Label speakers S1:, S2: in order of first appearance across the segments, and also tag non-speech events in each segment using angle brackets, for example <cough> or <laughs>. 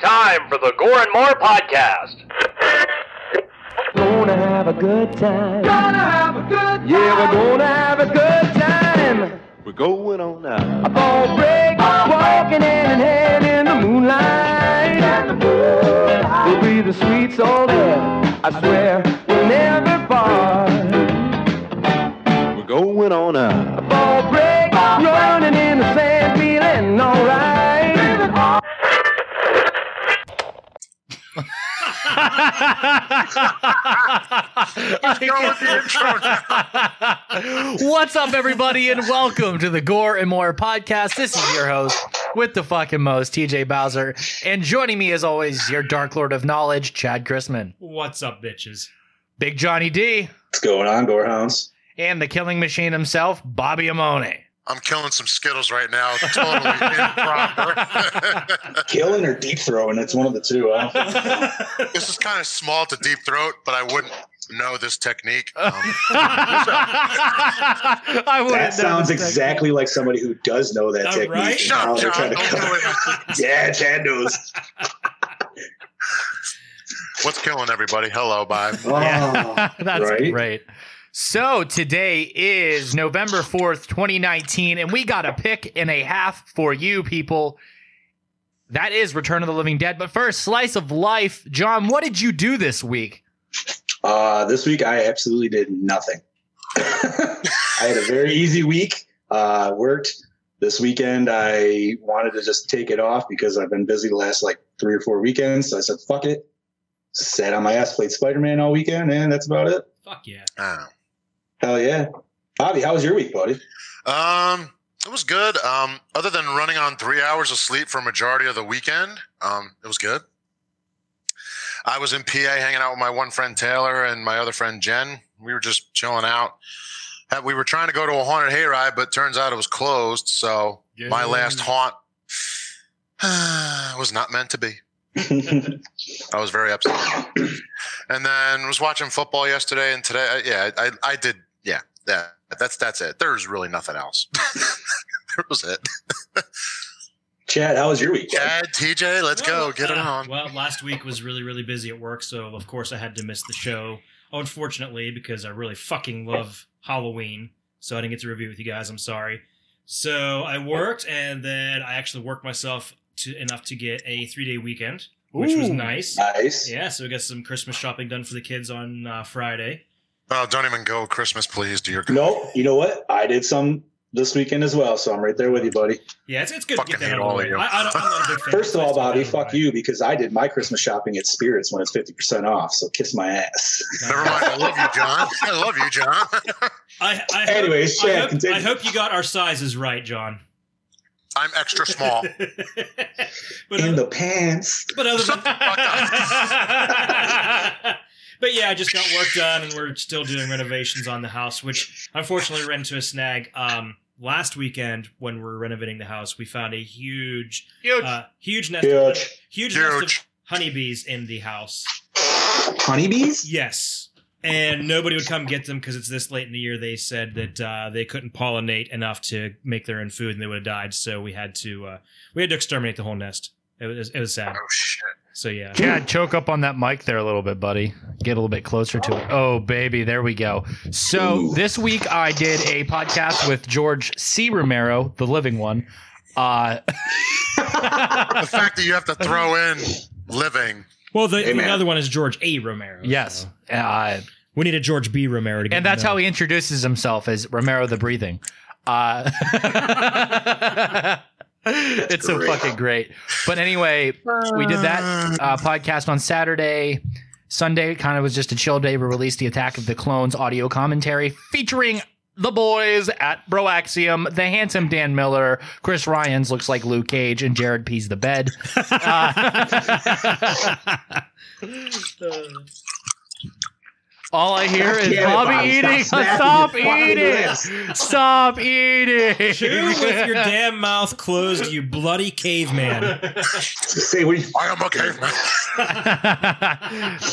S1: time for the Gore and More podcast.
S2: Gonna have a good time. Gonna have a good time. Yeah, we're gonna have a good time.
S3: We're going on now.
S2: A ball break, walking hand in hand in the moonlight. We'll be the sweet soul there. I swear we'll never part.
S3: We're going on now.
S2: Ball break, running in the sand, feeling alright.
S4: What's up, everybody, and welcome to the Gore and More podcast. This is your host with the fucking most, TJ Bowser, and joining me as always, your Dark Lord of Knowledge, Chad Chrisman,
S5: What's up, bitches?
S4: Big Johnny D,
S6: What's going on, Gorehounds?
S4: and the Killing Machine himself, Bobby Amone. <laughs>
S7: I'm killing some Skittles right now. Totally
S6: <laughs>
S7: improper.
S6: Killing or deep throwing? It's one of the two.
S7: <laughs>
S6: Huh?
S7: this is kind of small to deep throat, but I wouldn't know this technique.
S6: Oh.
S7: Um,
S4: I wouldn't know
S6: That sounds
S4: this thing.
S6: exactly like somebody who does know that
S5: All
S6: technique.
S5: right.
S6: and
S7: shut
S6: how
S7: up,
S6: they're trying
S7: John.
S6: to
S7: Don't
S6: cover- <laughs>
S7: do it.
S6: Yeah, Chad knows.
S7: <laughs> What's killing everybody? Hello, bye.
S6: Oh,
S4: Yeah, <laughs> that's
S6: right?
S4: great. So today is November 4th, 2019, and we got a pick and a half for you people. That is Return of the Living Dead. But first, Slice of Life. John, what did you do this week?
S6: Uh, this week, I absolutely did nothing. <laughs> I had a very easy week. Uh, worked this weekend. I wanted to just take it off because I've been busy the last like three or four weekends. So I said, "Fuck it." Sat on my ass, played Spider Man all weekend, and that's about it.
S5: Fuck yeah.
S7: Oh.
S6: Hell yeah, Bobby. How was your week, buddy?
S7: Um, it was good. Um, other than running on three hours of sleep for majority of the weekend, um, it was good. I was in PA hanging out with my one friend Taylor and my other friend Jen. We were just chilling out. Had- We were trying to go to a haunted hayride, but turns out it was closed. So my last haunt <sighs> was not meant to be.
S6: <laughs>
S7: I was very upset. and then was watching football yesterday and today. I, yeah, I, I did. Yeah, that, that's that's it. There's really nothing else. <laughs> that was it.
S6: Chad, how was your week? bud?
S7: Chad, TJ, let's go.
S5: Well,
S7: Get it
S5: uh,
S7: on.
S5: Well, last week was really, really busy at work, so of course I had to miss the show. Unfortunately, because I really fucking love Halloween, so I didn't get to review it with you guys. I'm sorry. So I worked, and then I actually worked myself to enough to get a three day weekend, which was
S4: Ooh.
S5: nice.
S6: Nice.
S5: Yeah, so we got some Christmas shopping done for the kids on uh, Friday.
S7: Oh, don't even go. Christmas, please. Do your
S6: No, you know what? I did some this weekend as well, so I'm right there with you, buddy.
S5: Yeah, it's, it's good
S7: Fucking
S5: to get
S7: hate
S5: that out
S7: all
S5: of
S7: of
S5: the way.
S7: you.
S5: I, I don't, I'm not a big fan.
S6: First of all,
S5: Christmas,
S6: Bobby,
S5: but I don't
S6: fuck
S5: mind.
S6: you because I did my Christmas shopping at Spirits when it's 50% off, so kiss my ass.
S7: Never mind. I love you, John. I love you, John.
S5: I, I hope-
S6: Anyways, Chad,
S5: I hope,
S6: continue.
S5: I hope you got our sizes right, John. <laughs>
S7: I'm extra small.
S5: but,
S6: In the pants.
S5: but other than <laughs>
S7: Shut the fuck
S5: but yeah, I just got work done, and we're still doing renovations on the house, which unfortunately ran into a snag. Um, last weekend when we were renovating the house, we found a huge,
S4: Huge.
S5: uh, huge nest,
S6: Huge.
S5: huge nest
S7: Huge.
S5: of honeybees in the house.
S6: Honeybees?
S5: Yes. And nobody would come get them because it's this late in the year. They said that uh, they couldn't pollinate enough to make their own food, and they would have died. So we had to uh, we had to exterminate the whole nest. It was it was
S7: Oh
S5: sad.
S7: shit.
S5: So yeah,
S4: Yeah, choke up on that mic there a little bit, buddy. Get a little bit closer to it. Oh, baby, there we go. So
S6: Ooh.
S4: this week I did a podcast with George C. Romero, the living one. Uh,
S7: The fact that you have to throw in living.
S5: Well, the,
S6: Hey, man.
S5: the other one is George A. Romero.
S4: yes.
S5: so
S4: Uh,
S5: we need a George B. Romero to get
S4: and that's
S5: him
S4: how he introduces himself as Romero the Breathing. Uh, <laughs> it's so
S6: great.
S4: fucking great. But anyway, we did that uh, podcast on Saturday. Sunday kind of was just a chill day. We released the Attack of the Clones audio commentary featuring the boys at Broaxium, the handsome Dan Miller, Chris Ryan's looks like Luke Cage, and Jared pees the bed. Uh, <laughs> all I hear is
S6: Damn it,
S4: Bobby eating. Stop,
S6: snapping your fucking
S4: eating.
S6: lips.
S4: Stop eating. <laughs>
S5: <laughs> Chew with your damn mouth closed, you bloody caveman.
S6: Say what you-
S7: I am a caveman.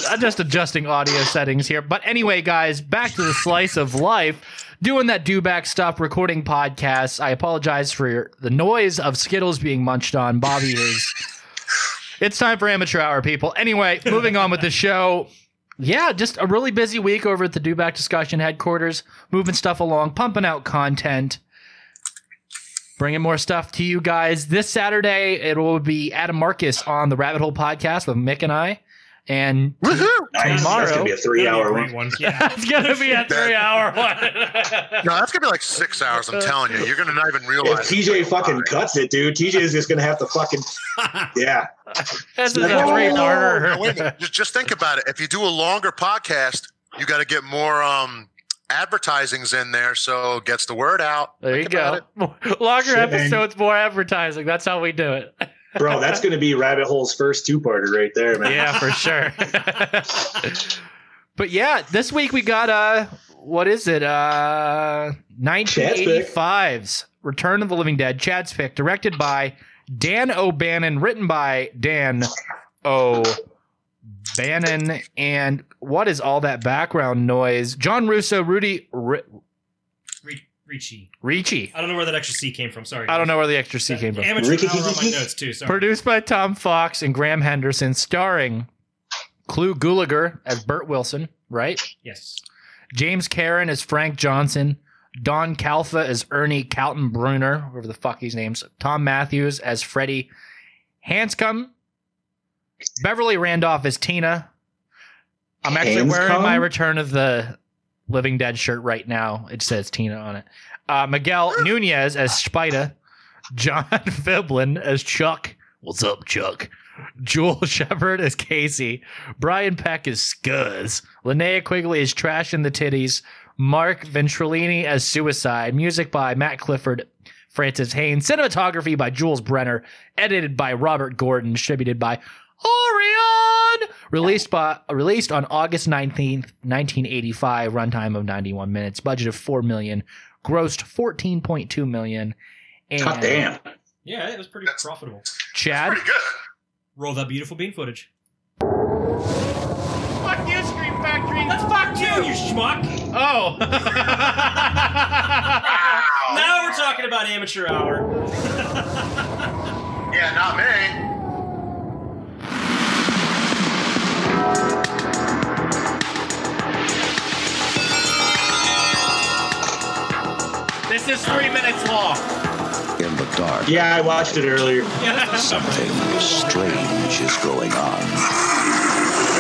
S7: <laughs>
S4: I'm Uh, just adjusting audio settings here. But anyway, guys, back to the slice of life. Doing that do back stuff, recording podcasts. I apologize for the noise of Skittles being munched on. Bobby is It's time for amateur hour, people. Anyway, moving on with the show. Yeah, just a really busy week over at the Do Back Discussion headquarters, moving stuff along, pumping out content, bringing more stuff to you guys. This Saturday, it will be Adam Marcus on the Rabbit Hole podcast with Mick and I. And
S7: Woohoo!
S6: Nice.
S4: Tomorrow.
S6: That's gonna be a three-hour one.
S5: one. Yeah.
S4: <laughs> it's going to be a three hour one.
S7: No, that's gonna be like six hours. I'm telling you, you're gonna not even
S6: If
S7: realize. it.
S6: TJ fucking cuts it, dude, TJ is just gonna have to fucking yeah.
S4: this is a
S6: No,
S4: three
S7: Now, wait a
S4: hour.
S7: minute. Just, just think about it. If you do a longer podcast, you got to get more um, advertisings in there, so it gets the word out.
S4: There you
S7: Think about
S4: go. Longer
S6: Shit, man.
S4: episodes, more advertising. That's how we do it.
S6: Bro, that's gonna be Rabbit Hole's first two-parter right there, man. <laughs>
S4: yeah, for sure. but yeah, this week we got uh what is it? Uh 1985's Return of the Living Dead, Chad's pick, directed by Dan O'Bannon, written by Dan O'Bannon, and what is all that background noise? John Russo, Rudy R-
S5: Re- Ricci.
S4: Ricci.
S5: I don't know where that extra C came from. Sorry.
S4: I don't know where the extra C came from.
S5: Amateur
S6: Ricky-
S5: hour on my notes too. Sorry.
S4: Produced by Tom Fox and Graham Henderson, starring Clu Gulager as Burt Wilson, right?
S5: Yes.
S4: James Karen as Frank Johnson. Don Calfa as Ernie Calton Bruner, whoever the fuck his name's. Tom Matthews as Freddie Hanscom. Beverly Randolph as Tina. I'm actually wearing
S6: Hanscom?
S4: my Return of the Living Dead shirt right now. It says Tina on it. Uh, Miguel Nunez as Spida. John <laughs> Fiblin as Chuck. What's up, Chuck? <laughs> Jewel Shepard as Casey. Brian Peck is Scuzz. Linnea Quigley is Trash in the Titties. Mark Ventrellini as Suicide. Music by Matt Clifford, Francis Haynes. Cinematography by Jules Brenner. Edited by Robert Gordon. Distributed by Orion. Released by released on August 19th, 1985. Runtime of 91 minutes. Budget of 4 million. Grossed 14.2 million. And
S6: God damn.
S5: Yeah, it was pretty profitable.
S4: Chad.
S7: Pretty good.
S5: Roll that beautiful bean footage.
S4: Fuck you, Scream Factory.
S5: fuck you, you schmuck.
S4: Oh.
S5: <laughs> Now we're talking about amateur hour.
S7: Yeah, not me.
S4: this is three minutes long.
S8: In the dark,
S6: Yeah, I watched it earlier.
S8: something strange is going on.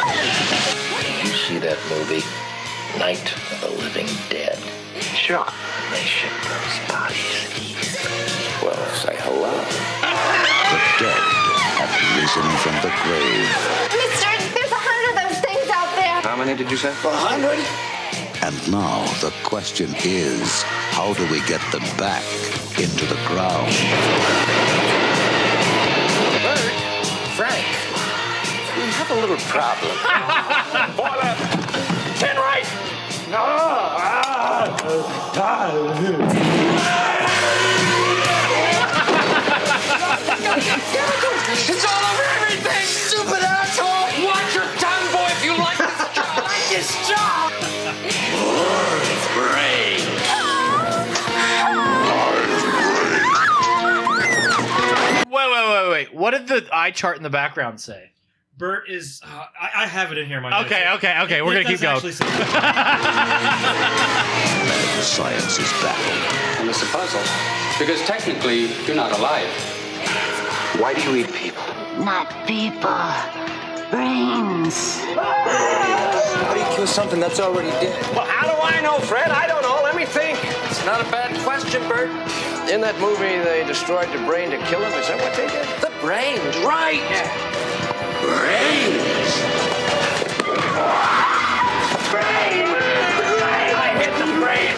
S9: You see that movie, Night of the Living Dead? Sure. They ship those bodies.
S8: Well, say hello. The dead have risen from the grave,
S10: Mister, there's a hundred of those things out there.
S8: How many did you say? A hundred. And now the question is, how do we get them back into the ground?
S9: Bert, Frank, we have a little problem.
S8: It's all over everything, stupid asshole! Watch your tongue, boy, if you like this job! like this job!
S4: <laughs> Wait, wait, wait, wait. What did the eye chart in the background say?
S5: Bert is. Uh, I, I have it in here. in My notes.
S4: Okay, okay, okay.
S5: It-
S4: We're
S5: it
S4: gonna keep
S5: does
S4: going.
S5: actually say-
S8: Science is baffled.
S11: And it's a puzzle. Because technically, you're not alive.
S8: Why do you eat people?
S10: Not people, brains.
S8: How do you kill something that's already dead?
S11: Well, how do I know, Fred? I don't know. Let me think. It's not a bad question, Bert. In that movie, they destroyed the brain to kill him. Is that what they did? The brains, right? Brains. Brain. I hit the brain.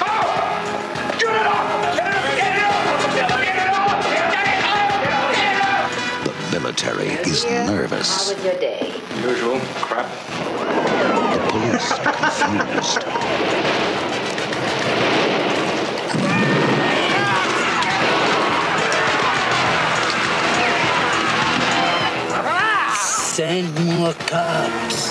S11: Get it off! Get it off! Get it off! Get it off! Get it off! Get it off!
S8: The military is nervous.
S10: How was your day?
S11: Usual crap.
S8: The police are confused.
S9: Send more cops.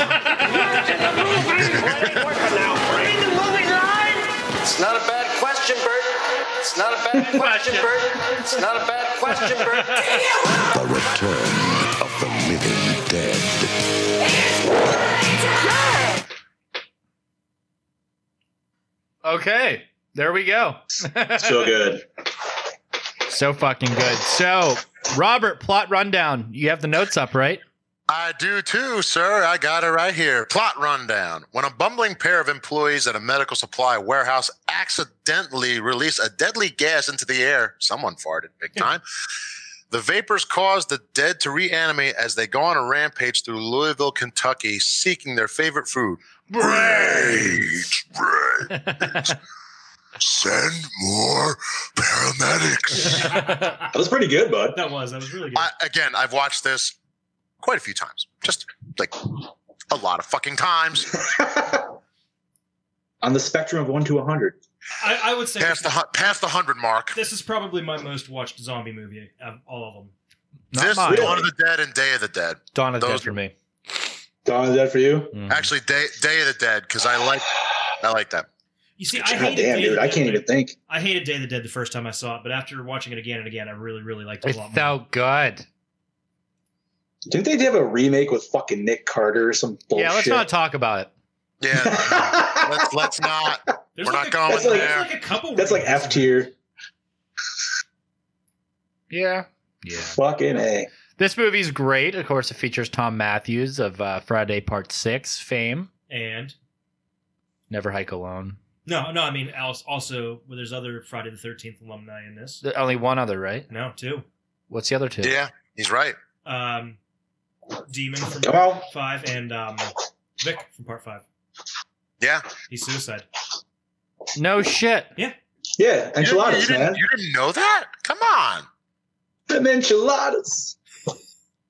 S8: It's not a bad question, Bert. It's not a bad question, Bert. It's not a bad question, Bert.
S9: the return of the living dead.
S4: Okay, there we go.
S6: So good.
S4: So fucking good. So, Robert, plot rundown. You have the notes up, right?
S7: I do too, sir. I got it right here. Plot rundown. When a bumbling pair of employees at a medical supply warehouse accidentally release a deadly gas into the air, someone farted big time. the vapors cause the dead to reanimate as they go on a rampage through Louisville, Kentucky, seeking their favorite food. Rage! Rage! Send more paramedics.
S6: That was pretty good, bud.
S5: That was that was really good.
S7: I, again, I've watched this quite a few times, just like a lot of
S4: <laughs>
S7: fucking times.
S6: On the spectrum of one to a hundred.
S5: I, I would say
S7: past the hu- past the hundred mark.
S5: this is probably my most watched zombie movie of all of them.
S4: Not
S7: this
S4: mine. Mm-hmm.
S7: Dawn of the Dead and Day of the Dead.
S4: Dawn of the Dead
S7: those-
S4: for me. Mm.
S6: Don, is that for you?
S7: Actually, Day Day of the Dead because I like I like that.
S5: You see, I
S6: God damn,
S5: hated Day of
S6: dude,
S5: the
S6: I
S5: Dead,
S6: can't
S5: but-
S6: even think.
S5: I hated Day of the Dead the first time I saw it, but after watching it again and again, I really, really liked it
S4: It's
S5: a lot
S4: so
S5: more.
S4: good.
S6: Didn't they have a remake with fucking Nick Carter or some bullshit?
S4: Yeah, let's not talk about it.
S7: Yeah,
S6: <laughs>
S7: let's let's not.
S5: There's
S7: We're
S5: like
S7: not going
S5: a, there's
S7: there.
S5: like a couple.
S6: That's like
S5: remakes.
S6: F tier.
S4: Yeah. Yeah.
S6: Fucking A.
S4: This movie's great. Of course, it features Tom Matthews of uh, Friday Part 6 fame.
S5: And
S4: Never Hike Alone.
S5: no, no, I mean als- also well, there's other Friday the Thirteenth alumni in this.
S4: There- only one other, right?
S5: No, two.
S4: What's the other two?
S7: Yeah, he's right.
S5: Um, Demon from
S6: Come on.
S5: five and um, Vic from part five.
S7: Yeah,
S5: He's suicide.
S4: No shit.
S6: Yeah,
S7: you didn't, you
S6: enchiladas,
S7: didn't-
S6: man.
S7: you didn't know that? Come on,
S6: Them enchiladas.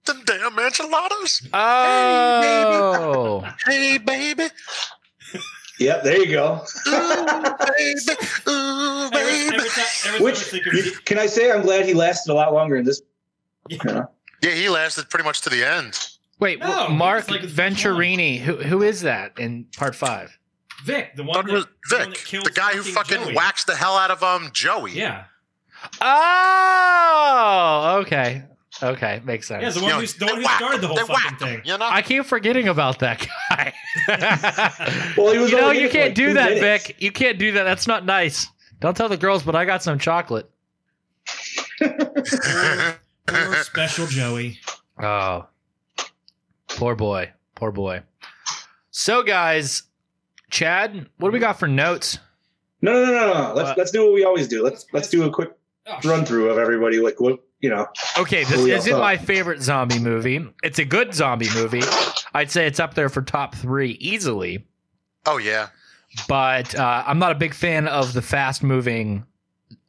S7: them damn enchiladas.
S4: Oh.
S7: Hey baby,
S6: Yep, there you go.
S4: <laughs>
S7: ooh baby, ooh
S5: Every,
S7: baby.
S5: every time, every time I
S6: Which
S5: think of
S6: you, can I say? I'm glad he lasted a lot longer in this.
S5: Yeah.
S6: You know?
S7: Yeah, he lasted pretty much to the end.
S4: Wait,
S5: No,
S4: wh-
S5: it's
S4: Mark
S5: like the first
S4: Venturini. Who, who is that in Part 5?
S5: Vic, the one
S7: Thought it
S5: that,
S7: was
S5: the one that
S7: Vic,
S5: kills
S7: the guy who fucking
S5: Joey.
S7: waxed the hell out of um Joey.
S5: Yeah,
S4: Oh, okay. Okay, makes sense.
S5: yeah, the
S7: You
S5: one
S7: know,
S5: who's the one
S7: they
S5: who
S7: whacked
S5: started the
S7: him,
S5: whole
S7: they
S5: fucking
S7: whacked him,
S5: thing.
S7: You <laughs> know,
S4: I keep forgetting about that
S5: <laughs>
S4: guy.
S6: Well, he was.
S4: you know,
S6: only in
S4: you
S6: it for
S4: can't
S6: like
S4: do
S6: two
S4: that,
S6: minutes.
S4: Vic. You can't do that. That's not nice. Don't tell the girls, but I got some chocolate.
S5: Poor special Joey.
S4: Oh, poor boy. Poor boy. So, guys, Chad, what do we got for notes?
S6: No, no, no, no, no. Let's
S4: What?
S6: let's do what we always do. Let's let's do a quick
S5: Oh, shit.
S6: run through of everybody. Like what you know.
S4: Okay, this
S6: Oh, yeah.
S4: isn't my favorite zombie movie. It's a good zombie movie. I'd say it's up there for top three easily,
S7: oh yeah,
S4: but uh, I'm not a big fan of the fast moving,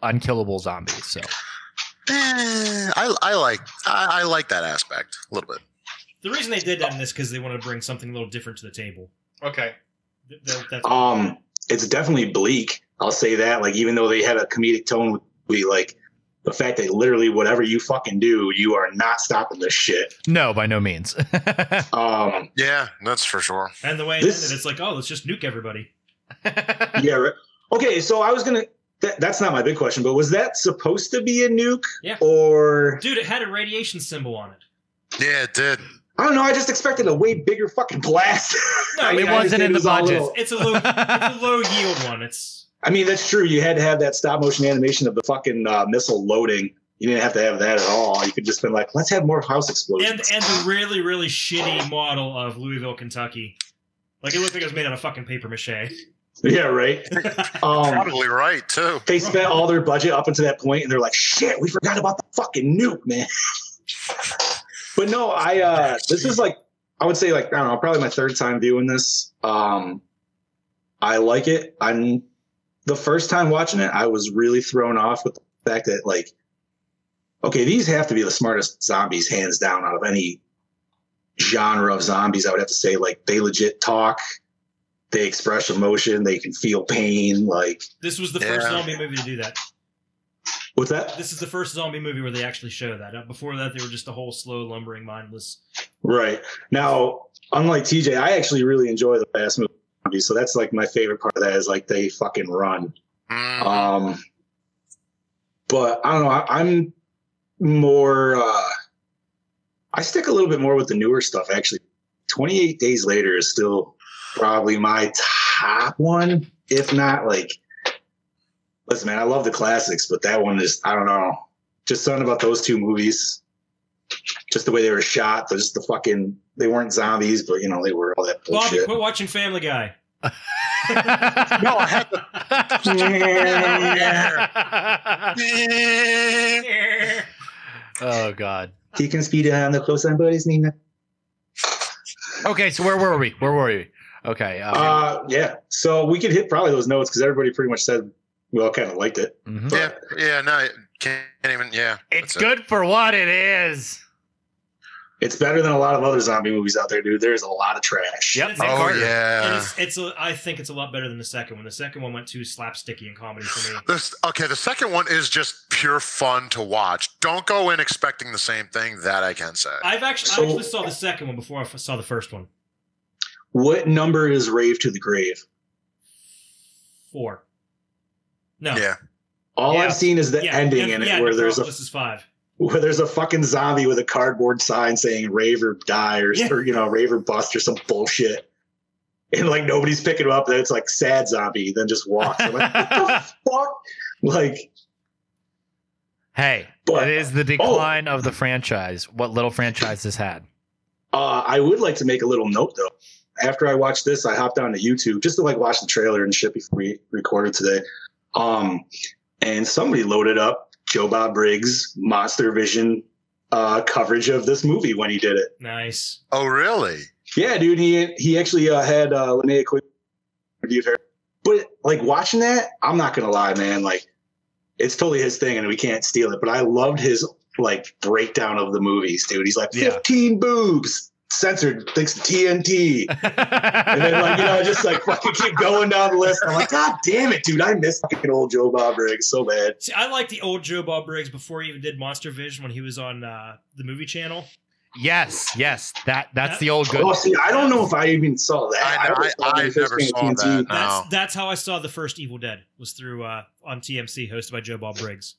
S4: unkillable zombies. So,
S7: Eh, I I like I, I like that aspect a little bit.
S5: The reason they did that in this because they wanted to bring something a little different to the table.
S4: okay.
S5: Th- th-
S7: <laughs>
S5: that's
S6: Um, it's definitely bleak. I'll say that. Like even though they had a comedic tone, with we like the fact that literally whatever you fucking do, you are not stopping this shit.
S4: No, by no means. <laughs>
S6: Um,
S7: Yeah, that's for sure.
S5: and the way it
S6: this-
S5: ended, it's like, oh, let's just nuke everybody.
S6: yeah. Right. Okay, so I was gonna. That, that's not my big question, but was that supposed to be a nuke?
S5: Yeah.
S6: Or
S5: Dude, it had a radiation symbol on it.
S7: Yeah, it did.
S6: I don't know. I just expected a way bigger fucking blast. <laughs>
S5: No,
S6: I-
S5: it
S6: I just
S4: wasn't
S6: did-
S4: in the
S6: was all
S4: budget.
S6: little-
S5: It's
S7: <laughs>
S5: a low, it's a low yield one. It's
S6: I mean, that's true. You had to have that stop motion animation of the fucking uh, missile loading. You didn't have to have that at all. You could just been like, let's have more house explosions.
S5: and and the really really shitty model of Louisville, Kentucky. Like it looked like it was made out of fucking paper mache. <laughs>
S6: <laughs> Yeah, right. Um,
S7: Probably right too.
S6: they spent all their budget up until that point, and they're like, "Shit, we forgot about the fucking nuke, man." <laughs> but no, I uh, this is like I would say like I don't know, probably my third time viewing this. Um, I like it. I'm the first time watching it, I was really thrown off with the fact that like, okay, these have to be the smartest zombies hands down out of any genre of zombies. I would have to say like they legit talk. They express emotion. They can feel pain. Like
S5: This was the first
S7: Yeah.
S5: zombie movie to do that.
S6: What's that?
S5: This is the first zombie movie where they actually show that. Uh, Before that, they were just a whole slow, lumbering, mindless
S6: Right. Now, unlike TJ, I actually really enjoy the fast moving movies. So that's like my favorite part of that is like they fucking run.
S7: Mm.
S6: Um, but I don't know. I, I'm more, uh, I stick a little bit more with the newer stuff actually. 28 Days Later is still probably my top one, if not like, listen, man, I love the classics, but that one is, I don't know. Just something about those two movies just the way they were shot, the- just the fucking they weren't zombies, but you know, they were all that
S7: Oh,
S5: Bobby,
S6: bullshit.
S5: quit watching Family Guy.
S7: no, I had
S5: the.
S4: <laughs> Oh God.
S6: He can speed on the close on buddies, Nina.
S4: Okay, so where were we? Where were we? Okay. Uh,
S6: Uh yeah. So we could hit probably those notes because everybody pretty much said we all kind of liked it.
S7: Yeah, yeah, no, it can't even. Yeah,
S4: mhm. it's
S7: that's it.
S4: good for what it is.
S6: It's better than a lot of other zombie movies out there, dude. There's a lot of trash.
S4: Yep.
S7: Oh
S5: And
S7: yeah.
S5: it's, it's a, I think it's a lot better than the second one. The second one went too slapsticky and comedy for me.
S7: This, okay, the second one is just pure fun to watch. Don't go in expecting the same thing. That I can say.
S5: I've actually,
S6: So-
S5: I actually saw the second one before I f- saw the first one.
S6: What number is Rave to the Grave?
S5: Four. No.
S7: Yeah.
S6: All
S5: Yeah.
S6: I've seen is the
S5: Yeah,
S6: ending
S5: yeah,
S6: in it
S5: yeah,
S6: where there's a
S5: Necropolis is five.
S6: where there's a fucking zombie with a cardboard sign saying rave or die or,
S5: Yeah.
S6: or, you know rave or bust or some bullshit and like nobody's picking him up and it's like sad zombie then just walks I'm like, what the
S5: <laughs>
S6: fuck like
S4: Hey,
S6: But- oh.
S4: it is the decline of the franchise. What little franchise has had.
S6: uh, i would like to make a little note though after i watched this i hopped on to youtube just to like watch the trailer and shit before we recorded today um and somebody loaded up joe bob briggs monster vision uh coverage of this movie when he did it
S5: Nice.
S7: Oh really?
S6: Yeah, dude. He he actually uh, had uh, Linnea Quick interviewed her, but like watching that, I'm not gonna lie, man. Like, it's totally his thing, and we can't steal it. But I loved his like breakdown of the movies, dude. He's like
S4: Yeah.
S6: 15 boobs censored thanks to TNT, and then like you know just like <laughs> fucking keep going down the list. I'm like, god damn it, dude. I miss fucking old Joe Bob Briggs so bad.
S5: See, I like the old Joe Bob Briggs before he even did Monster Vision when he was on uh, the movie channel.
S4: yes, yes. That that's the old good.
S6: Oh, see, I don't know if I even saw that.
S7: I,
S6: always
S7: I,
S6: thought
S7: I
S6: it was
S7: never
S6: just
S7: saw that. No.
S5: That's that's how I saw the first Evil Dead was through uh, on TMC hosted by Joe Bob Briggs.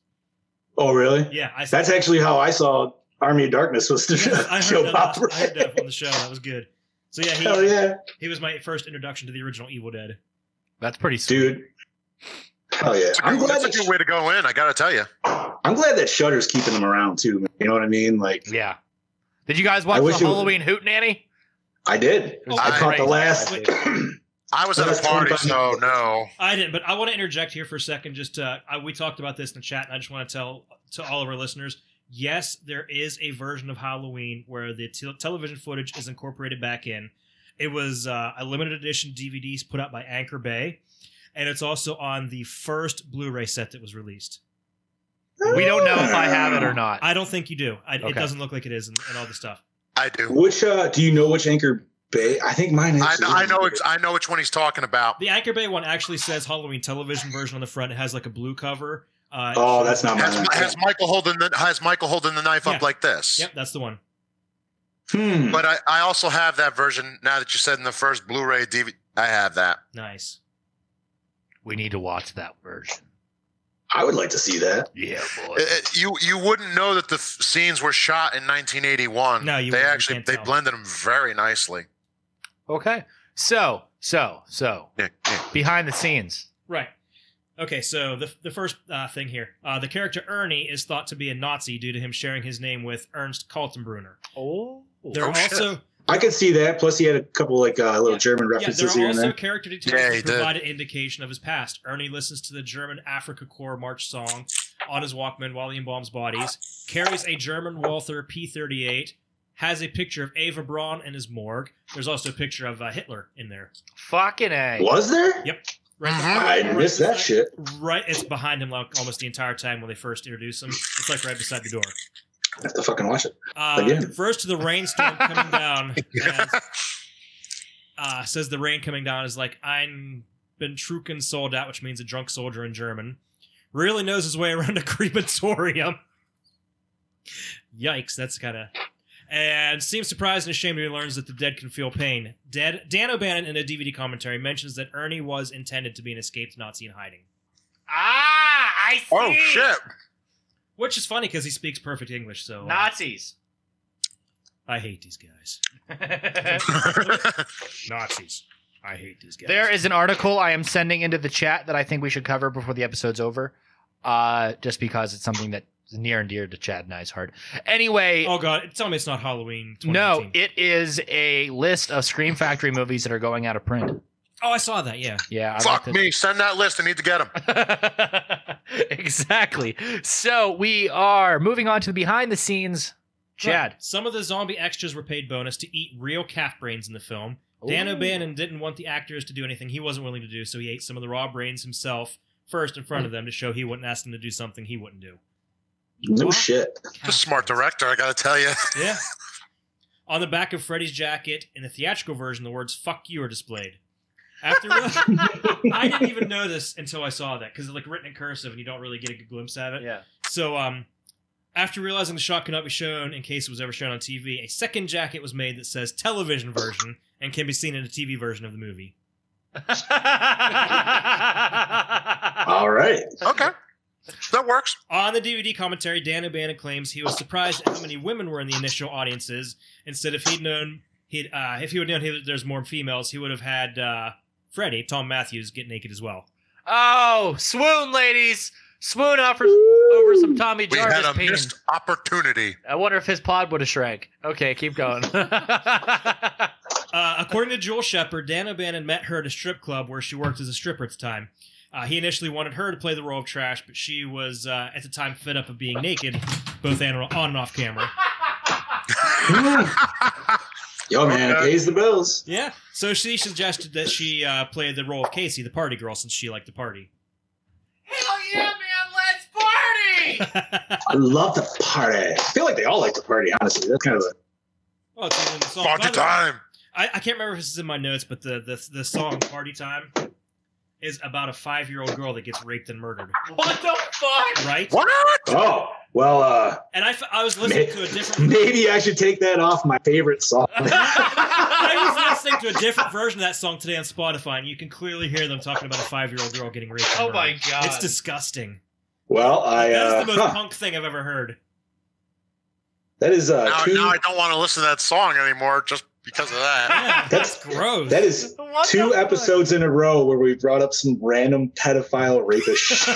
S6: Oh, really?
S5: Yeah, I
S6: That's actually how I saw Army of Darkness was the
S5: Yes, <laughs> I
S6: <laughs>
S5: heard
S6: Joe
S5: that.
S6: Bob
S5: last- I
S6: Briggs.
S5: heard that on the show. That was good. So yeah,
S6: <laughs>
S5: he,
S6: Hell yeah,
S5: he was my first introduction to the original Evil Dead.
S4: That's pretty sweet.
S6: dude. Hell yeah.
S7: It's a
S6: I'm
S7: good,
S6: glad,
S7: that's a
S6: that,
S7: good way to go in. I gotta tell you.
S6: I'm glad that Shutter's keeping them around too. Man. You know what I mean? Like
S4: Yeah. Did you guys
S6: I
S4: watch the
S6: wish it was-
S4: Halloween Hootenanny?
S6: I did.
S4: was
S6: I caught the
S4: great.
S6: last.
S5: Wait.
S7: I was at
S6: That's
S7: a party,
S6: 25
S7: so no.
S5: I didn't, but I want to interject here for a second. Just uh, I, we talked about this in the chat, and I just want to tell to all of our listeners: yes, there is a version of Halloween where the te- television footage is incorporated back in. It was uh, a limited edition DVDs put out by Anchor Bay, and it's also on the first Blu-ray set that was released.
S4: We don't know if I have it or not.
S5: I don't think you do. I, It
S4: Okay.
S5: doesn't look like it is, and, and all the stuff.
S7: I
S6: <clears throat>
S7: do.
S6: Which uh, do you know which anchor bay? I think mine.
S7: I,
S6: actually
S7: I
S6: is.
S7: know. Ex- I know which one he's talking about.
S5: The Anchor Bay one actually says Halloween television version on the front. It has like a blue cover. Uh,
S6: Oh, that's not
S7: Has,
S6: mine.
S7: has Michael holding the has Michael holding the knife
S5: Yeah.
S7: up like this?
S5: Yep, that's the one.
S6: Hmm.
S7: But I, I also have that version now that you said in the first Blu-ray DVD. I have that.
S5: Nice.
S4: We need to watch that version.
S6: I would like to see that.
S4: Yeah, boy.
S7: It- it- you you wouldn't know that the f- scenes were shot in 1981.
S5: No, you
S7: they
S5: wouldn't. You
S7: actually
S5: can't
S7: they
S5: tell.
S7: blended them very nicely.
S4: Okay. So, so, so
S7: Yeah, yeah.
S4: behind the scenes.
S5: Right. Okay, so the, the first uh, thing here. Uh, the character Ernie is thought to be a Nazi due to him sharing his name with Ernst Kaltenbrunner.
S4: Oh.
S5: There are
S7: Oh, shit.
S5: also,
S6: I could see that. Plus, he had a couple like uh, little
S5: Yeah.
S6: German
S5: yeah, there
S6: references
S5: are
S6: here and
S5: also
S6: there.
S5: character
S7: Yeah,
S5: details
S7: he
S5: that
S7: did.
S5: provide an indication of his past. Ernie listens to the German Africa Corps March song on his Walkman while he embalms bodies, carries a German Walther P 38, has a picture of Eva Braun in his morgue. There's also a picture of uh, Hitler in there.
S4: Fucking A.
S6: Was there?
S5: Yep. Right
S7: Mhm.
S6: I
S5: right
S6: missed that
S5: beside-
S6: shit.
S5: Right, it's behind him like almost the entire time when they first introduce him. It's like right beside the door.
S6: I have to fucking watch it.
S5: Uh,
S6: Again.
S5: First to the rainstorm coming down. as, uh, says the rain coming down is like ein betrunken soldat, which means a drunk soldier in German. Really <laughs> knows his way around a crematorium. Yikes, that's kind of. and seems surprised and ashamed when he learns that the dead can feel pain. Dead, Dan O'Bannon, in a DVD commentary, mentions that Ernie was intended to be an escaped Nazi in hiding.
S12: Ah, I
S6: Mm-hmm.
S12: see.
S7: Oh
S5: <laughs>
S7: shit!
S5: Which is funny because he speaks perfect English, so uh,
S12: Nazis.
S5: I hate these guys. Nazis. I hate these guys.
S4: There is an article I am sending into the chat that I think we should cover before the episode's over, uh, just because it's something that is near and dear to Chad and I's heart. Anyway,
S5: Oh god, tell me it's not Halloween.
S4: no,
S5: 2019.
S4: it is a list of Scream Factory movies that are going out of print.
S5: Oh, I saw that. Yeah.
S4: Yeah, I
S7: Fuck
S4: looked
S7: me. Send that list. I need to get
S5: <laughs>
S7: them.
S4: at- <laughs> exactly. So we are moving on to the behind the scenes. Chad,
S5: <laughs> Right. Some of the zombie extras were paid bonus to eat real calf brains in the film. Dan
S4: Ooh.
S5: O'Bannon didn't want the actors to do anything he wasn't willing to do, so he ate some of the raw brains himself first in
S4: Hmm.
S5: front of them to show he wouldn't ask them to do something he wouldn't do.
S6: No shit.
S7: The smart director, I gotta tell you.
S5: Yeah. On the back of Freddy's jacket, in the theatrical version, the words "fuck you" are displayed. After I didn't even know this until I saw that because it's like written in cursive and you don't really get a good glimpse of it.
S4: Yeah.
S5: So um, after realizing the shot could not be shown in case it was ever shown on TV, a second jacket was made that says television version and can be seen in a TV version of the movie.
S6: All right.
S7: Okay, that works.
S5: On the DVD commentary, Dan O'Bannon claims he was surprised at how many women were in the initial audiences. Instead, if he'd known, he'd uh, if he would known he, there's more females, he would have had uh, Freddie, Tom Matthews, get naked as well.
S4: oh, swoon, ladies, swoon over, over some Tommy
S7: We
S4: Jarvis
S7: had a
S4: pain.
S7: missed
S5: <laughs>
S7: opportunity.
S4: I wonder if his pod would have shrank. Okay, keep going. <laughs>
S5: Uh, according to Joel Shepard, Dan O'Bannon met her at a strip club where she worked as a stripper at the time. Uh, he initially wanted her to play the role of trash, but she was uh, at the time fed up of being naked, both on on and off camera.
S6: Yo, man, it
S7: Okay.
S6: pays the bills.
S5: Yeah. So she suggested that she uh, play the role of Casey, the party girl, since she liked to party.
S12: Hell yeah, man! Let's party.
S6: I love the party. I feel like they all like to party, honestly. That's kind of a.
S5: <laughs> Oh, it's even the song. By
S7: Party
S5: the way,
S7: time.
S5: I, I can't remember if this is in my notes, but the the, the song "Party Time" is about a five year old girl that gets raped and murdered,
S12: What the fuck?
S5: right?
S7: What?
S6: Oh, well, uh, <laughs>
S5: And I, f- I was listening to a different.
S6: maybe I should take that off my favorite song.
S5: <laughs> I was listening to a different version of that song today on Spotify, and you can clearly hear them talking about a five-year-old girl getting raped. and
S12: Oh my
S5: murdered.
S12: god!
S5: It's disgusting.
S6: well, I.
S5: that
S6: Uh,
S5: is the most
S6: huh,
S5: punk thing I've
S7: <laughs>
S5: ever heard.
S6: that is uh,
S7: Now,
S6: two.
S7: now I don't want to listen to that song anymore just because of
S5: <laughs>
S7: that.
S5: Yeah,
S6: That's-
S5: that's gross.
S6: that is
S12: What the
S6: two
S12: fuck?
S6: episodes in a row where we brought up some random pedophile rapist
S5: <laughs>
S6: shit.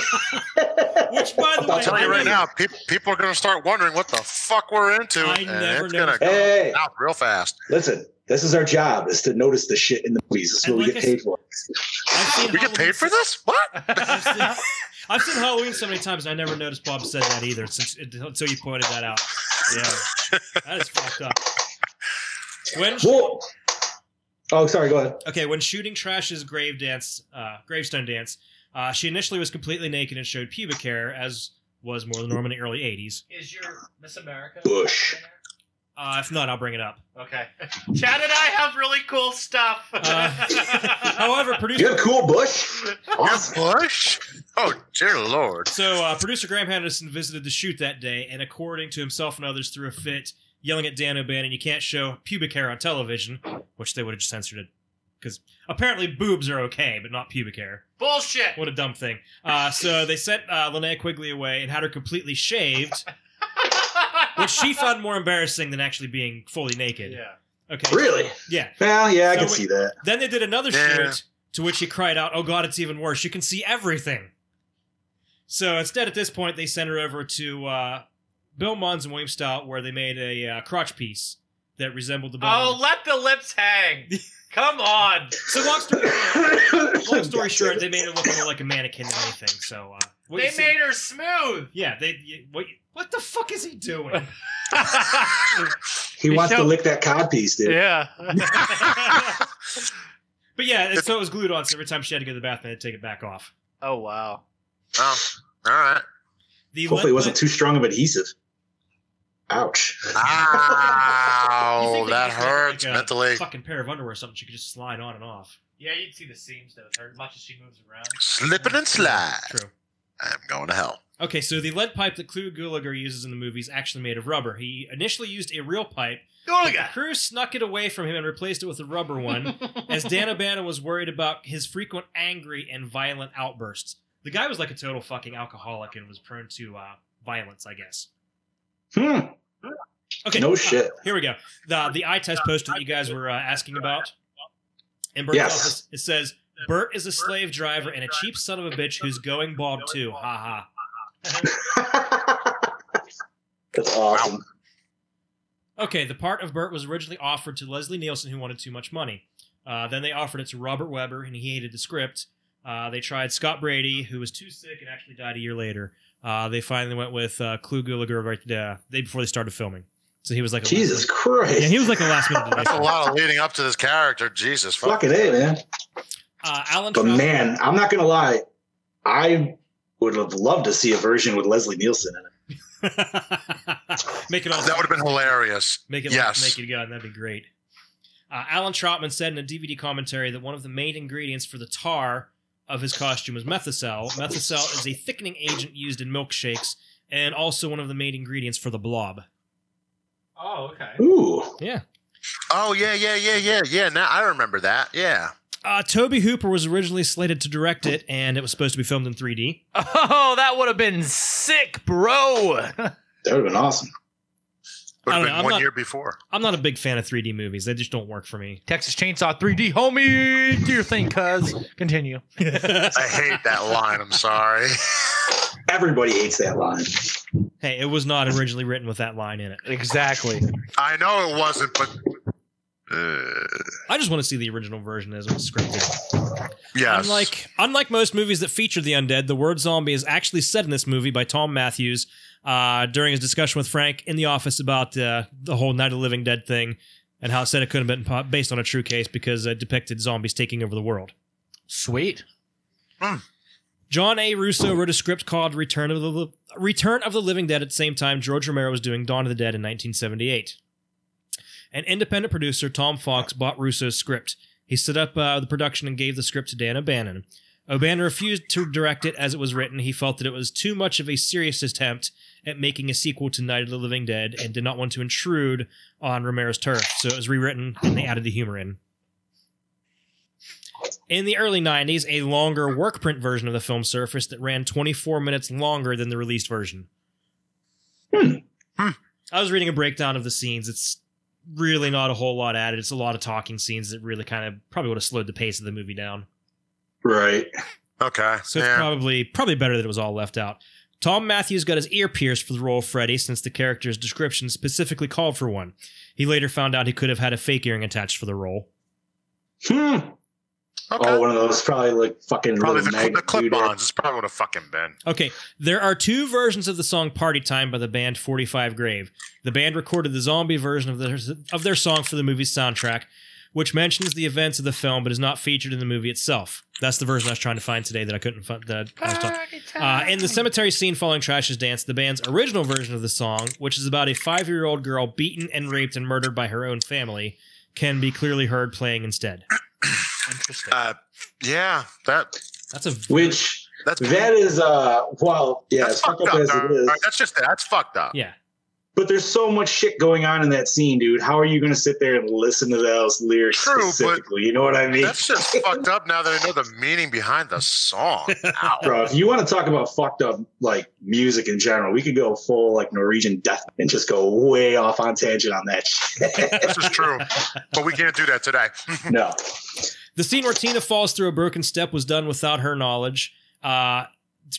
S5: Which, by the
S7: I'll
S5: way,
S7: tell
S5: I
S7: you right
S5: never-
S7: now, peop people are gonna start wondering what the fuck we're into,
S5: I
S7: and
S5: never
S7: it's
S5: noticed.
S7: gonna go
S6: Hey,
S7: out real fast.
S6: listen, this is our job is to notice the shit in the movies. This is
S5: And
S6: what we
S5: like
S6: get
S5: I
S6: paid for.
S5: I've seen
S7: We get
S5: Halloween
S7: paid for
S5: six-
S7: this? What?
S5: <laughs> I've seen, I've seen Halloween so many times, and I never noticed Bob said that either since until you pointed that out. Yeah, that is fucked up. When
S6: Whoa. Oh, sorry. Go ahead.
S5: okay, when shooting Trash's grave dance, uh, gravestone dance, uh, she initially was completely naked and showed pubic hair, as was more than norm in the early '80s.
S12: Is your Miss America?
S6: Bush.
S5: Uh, if not, I'll bring it up.
S12: Okay. <laughs> Chad and I have really cool stuff.
S5: Uh, <laughs> however, producer
S6: You have cool bush.
S7: Your bush? Oh dear
S5: <laughs>
S7: lord.
S5: So uh, producer Graham Henderson visited the shoot that day, and according to himself and others, threw a fit, yelling at Dan O'Bannon, "You can't show pubic hair on television," which they would have just censored it because apparently boobs are okay, but not pubic hair. <laughs>
S12: Bullshit.
S5: What a dumb thing. Uh, so they sent uh, Linnea Quigley away and had her completely shaved, which she found more embarrassing than actually being fully naked.
S12: Yeah.
S5: Okay.
S6: Really?
S5: Yeah.
S6: Well, yeah, I
S5: So
S6: can
S5: we-
S6: see that.
S5: Then they did another
S7: Yeah.
S5: shoot to which he cried out, "Oh God, it's even worse! You can see everything." So instead, at this point, they sent her over to uh, Bill Munns and William Stout, where they made a uh, crotch piece that resembled the
S12: Oh,
S5: bone.
S12: let the lips
S5: <laughs>
S12: hang. Come on.
S5: so long story, <laughs>
S6: <laughs>
S5: long story short, they made her look more like a mannequin than anything. So uh, what you
S12: they
S5: see-
S12: made her smooth.
S5: yeah, they you, what, you- what the fuck is he doing?
S6: <laughs> he
S4: They
S6: wants
S4: show-
S6: to lick that cod piece, dude.
S4: yeah.
S5: But yeah, and so it was glued on. So every time she had to go to the bathroom, they'd take it back off.
S4: Oh wow.
S7: oh, all right.
S5: The
S6: Hopefully, it
S5: lip-
S6: wasn't too strong of adhesive. Ouch.
S5: You
S7: Ow,
S5: think they
S7: Oh, that
S5: just have, like,
S7: hurts
S5: a
S7: mentally.
S5: Fucking pair of underwear or something she could just slide on and off.
S12: Yeah, you'd see the seams though, as much as she moves around.
S7: Slipping and slide.
S5: True.
S7: I am going to hell.
S5: Okay, so the lead pipe that Clu Gulager uses in the movie is actually made of rubber. He initially used a real pipe. but The crew snuck it away from him and replaced it with a
S12: <laughs>
S5: rubber one, as Dan O'Bannon was worried about his frequent angry and violent outbursts. The guy was like a total fucking alcoholic and was prone to uh, violence, I guess.
S6: Hmm.
S5: Okay. Uh,
S6: No shit. <laughs>
S5: Here we go. The the eye test post that you guys were uh, asking about. In Bert's
S6: Yes.
S5: office, it says Bert is a slave driver and a cheap son of a bitch who's going bald too. Ha ha.
S6: That's awesome.
S5: Okay, the part of Bert was originally offered to Leslie Nielsen, who wanted too much money. Uh, then they offered it to Robert Weber, and he hated the script. Uh, they tried Scott Brady, who was too sick and actually died a year later. Uh, they finally went with uh, Clu Gulager right the uh, day before they started filming. So he was like, a
S6: Jesus Christ.
S5: Yeah, he was like a last minute.
S7: That's a lot of leading up to this character. Jesus, fuck.
S6: Fucking A, man.
S5: Uh, Alan
S6: But
S5: Trout-
S6: man, I'm not going to lie. I would have loved to see a version with Leslie Nielsen in it.
S5: <laughs> make it all
S7: That would have been hilarious.
S5: Make it
S7: yes.
S5: yes. make it good. That'd be great. Uh, Alan Troutman said in a DVD commentary that one of the main ingredients for the tar of his costume was methacel. Methacel is a thickening agent used in milkshakes and also one of the main ingredients for the blob.
S12: Oh, okay.
S6: Ooh.
S5: Yeah.
S7: Oh yeah, yeah, yeah, yeah, yeah. Now I remember that. Yeah.
S5: Uh, Toby Hooper was originally slated to direct it, and it was supposed to be filmed in 3D.
S4: Oh, that would have been sick, bro. <laughs>
S6: That would have been awesome.
S7: Would
S5: I
S7: have
S5: don't
S7: been
S5: know, Oh, I'm
S7: one
S5: not-
S7: year before.
S5: I'm not a big fan of 3D movies; they just don't work
S4: <laughs>
S5: for me.
S4: Texas Chainsaw 3D, homie. Do your thing, cuz. Continue.
S7: I hate that line. I'm sorry. <laughs>
S6: Everybody hates that line.
S5: Hey, it was not originally written with that line in it.
S4: Exactly.
S7: I know it wasn't, but uh,
S5: I just want to see the original version as it was scripted.
S7: yes.
S5: Unlike unlike most movies that feature the undead, the word zombie is actually said in this movie by Tom Matthews uh, during his discussion with Frank in the office about uh, the whole Night of the Living Dead thing and how it said it could have been po- based on a true case because it depicted zombies taking over the world.
S4: Sweet.
S5: John A. Russo wrote a script called Return of the Li- Return of the Living Dead at the same time George Romero was doing Dawn of the Dead in 1978. An independent producer, Tom Fox, bought Russo's script. He set up uh, the production and gave the script to Dan O'Bannon. O'Bannon refused to direct it as it was written. He felt that it was too much of a serious attempt at making a sequel to Night of the Living Dead and did not want to intrude on Romero's turf, so it was rewritten and they added the humor in. In the early 90s, a longer work print version of the film surfaced that ran 24 minutes longer than the released version. I was reading a breakdown of the scenes. It's really not a whole lot added. It's a lot of talking scenes that really kind of probably would have slowed the pace of the movie down.
S6: Right.
S7: okay.
S5: So it's
S7: yeah.
S5: probably probably better that it was all left out. Tom Matthews got his ear pierced for the role of Freddy since the character's description specifically called for one. He later found out he could have had a fake earring attached for the role.
S6: Hmm.
S7: okay.
S6: Oh, one of those probably like fucking
S7: probably the,
S6: little
S7: cl-
S6: mag-
S7: the clip
S6: dude.
S7: ons. It's probably would have fucking been.
S5: Okay, there are two versions of the song "Party Time" by the band Forty Five Grave. The band recorded the zombie version of their of their song for the movie's soundtrack, which mentions the events of the film but is not featured in the movie itself. That's the version I was trying to find today that I couldn't find. That I was talking. Uh, in the cemetery scene following Trash's dance, the band's original version of the song, which is about a five year old girl beaten and raped and murdered by her own family, can be clearly heard playing instead.
S4: Interesting.
S7: Uh, yeah. That
S5: That's a
S6: Which
S7: that's
S6: that is uh well yeah
S7: that's
S6: as fucked
S7: fucked
S6: up
S7: up.
S6: as
S7: dog.
S6: it is.
S7: Alright, that's just that's fucked up.
S5: yeah.
S6: But there's so much shit going on in that scene, dude. How are you going to sit there and listen to those lyrics
S7: True, but-
S6: specifically? You know what I mean?
S7: That's just
S6: <laughs>
S7: fucked up. Now that I know the meaning behind the song. Ow.
S6: Bro, if you want to talk about fucked up like music in general, we could go full like Norwegian death and just go way off on tangent on that shit. <laughs>
S7: this is true, but we can't do that today.
S6: no.
S5: The scene where Tina falls through a broken step was done without her knowledge. Uh,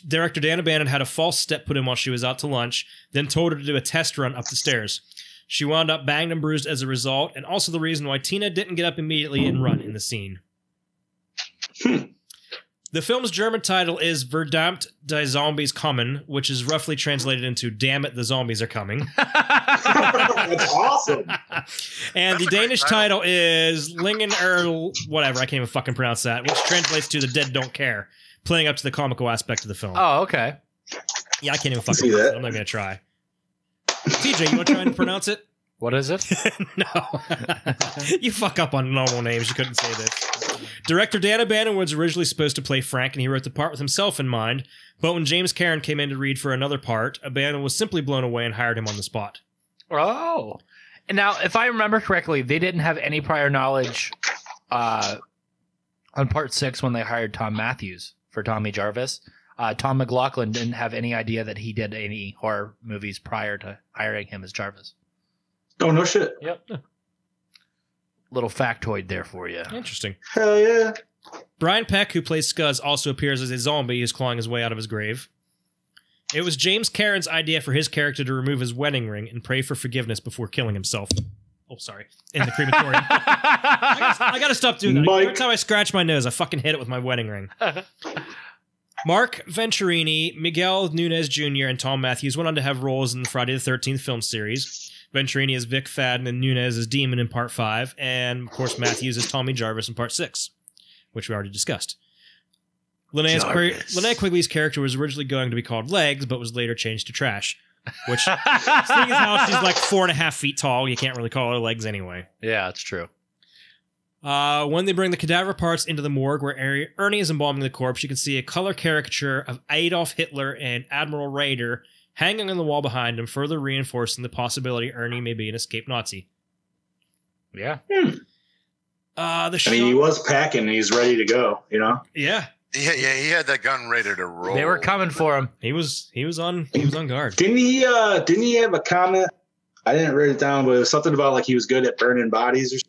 S5: director Dan O'Bannon had a false step put in while she was out to lunch, then told her to do a test run up the stairs. She wound up banged and bruised as a result, and also the reason why Tina didn't get up immediately and run in the scene. The film's German title is Verdammt die Zombies kommen, which is roughly translated into Damn it, the zombies are coming.
S6: That's awesome.
S5: And
S7: That's
S5: the
S7: a great
S5: Danish title.
S7: title.
S5: is Lingen Erl, whatever, I can't even fucking pronounce that, which translates to The Dead Don't Care, playing up to the comical aspect of the film.
S4: Oh, okay.
S5: yeah, I can't even fucking
S6: See
S5: pronounce
S6: that?
S5: it. I'm not going to try. TJ, you want to try and pronounce it?
S7: <laughs>
S4: What is it?
S5: <laughs> no. you fuck up on normal names. You couldn't say this. Director Dan O'Bannon was originally supposed to play Frank, and he wrote the part with himself in mind. But when James Karen came in to read for another part, O'Bannon was simply blown away and hired him on the spot.
S4: Oh. And now, if I remember correctly, they didn't have any prior knowledge uh, on part six when they hired Tom Matthews for Tommy Jarvis. Uh, Tom McLaughlin didn't have any idea that he did any horror movies prior to hiring him as Jarvis.
S6: Oh no shit.
S4: Yep. Little factoid there for you.
S5: Interesting.
S6: Hell yeah.
S5: Brian Peck, who plays Scuzz, also appears as a zombie who's clawing his way out of his grave. It was James Caron's idea for his character to remove his wedding ring and pray for forgiveness before killing himself. Oh, sorry. In the
S4: <laughs>
S5: crematorium. I, gotta, I gotta stop doing that. Every
S6: Mike.
S5: time I scratch my nose, I fucking hit it with my wedding ring. Mark Venturini, Miguel Nunez Jr., and Tom Matthews went on to have roles in the Friday the 13th film series. Venturini as Vic Fadden and Nunez as Demon in part 5, and of course Matthews as Tommy Jarvis in part 6, which we already discussed. Linnea's Qui-
S11: Jarvis.
S5: Linnea Quigley's character was originally going to be called Legs, but was later changed to Trash, which, seeing as how she's like four and a half feet tall, you can't really call her Legs anyway.
S4: Yeah, that's true.
S5: Uh, when they bring the cadaver parts into the morgue where Er- Ernie is embalming the corpse, you can see a color caricature of Adolf Hitler and Admiral Raeder hanging on the wall behind him, further reinforcing the possibility Ernie may be an escaped Nazi.
S4: Yeah.
S5: Uh, the
S6: I
S5: shot,
S6: mean, he was packing. and He's ready to go. You know.
S5: yeah,
S7: <laughs> Yeah, yeah, he had that gun ready to roll.
S4: They were coming for him.
S5: he was he was on he was on guard.
S6: Didn't he? uh Didn't he have a comment? I didn't write it down, but it was something about like he was good at burning bodies or. s-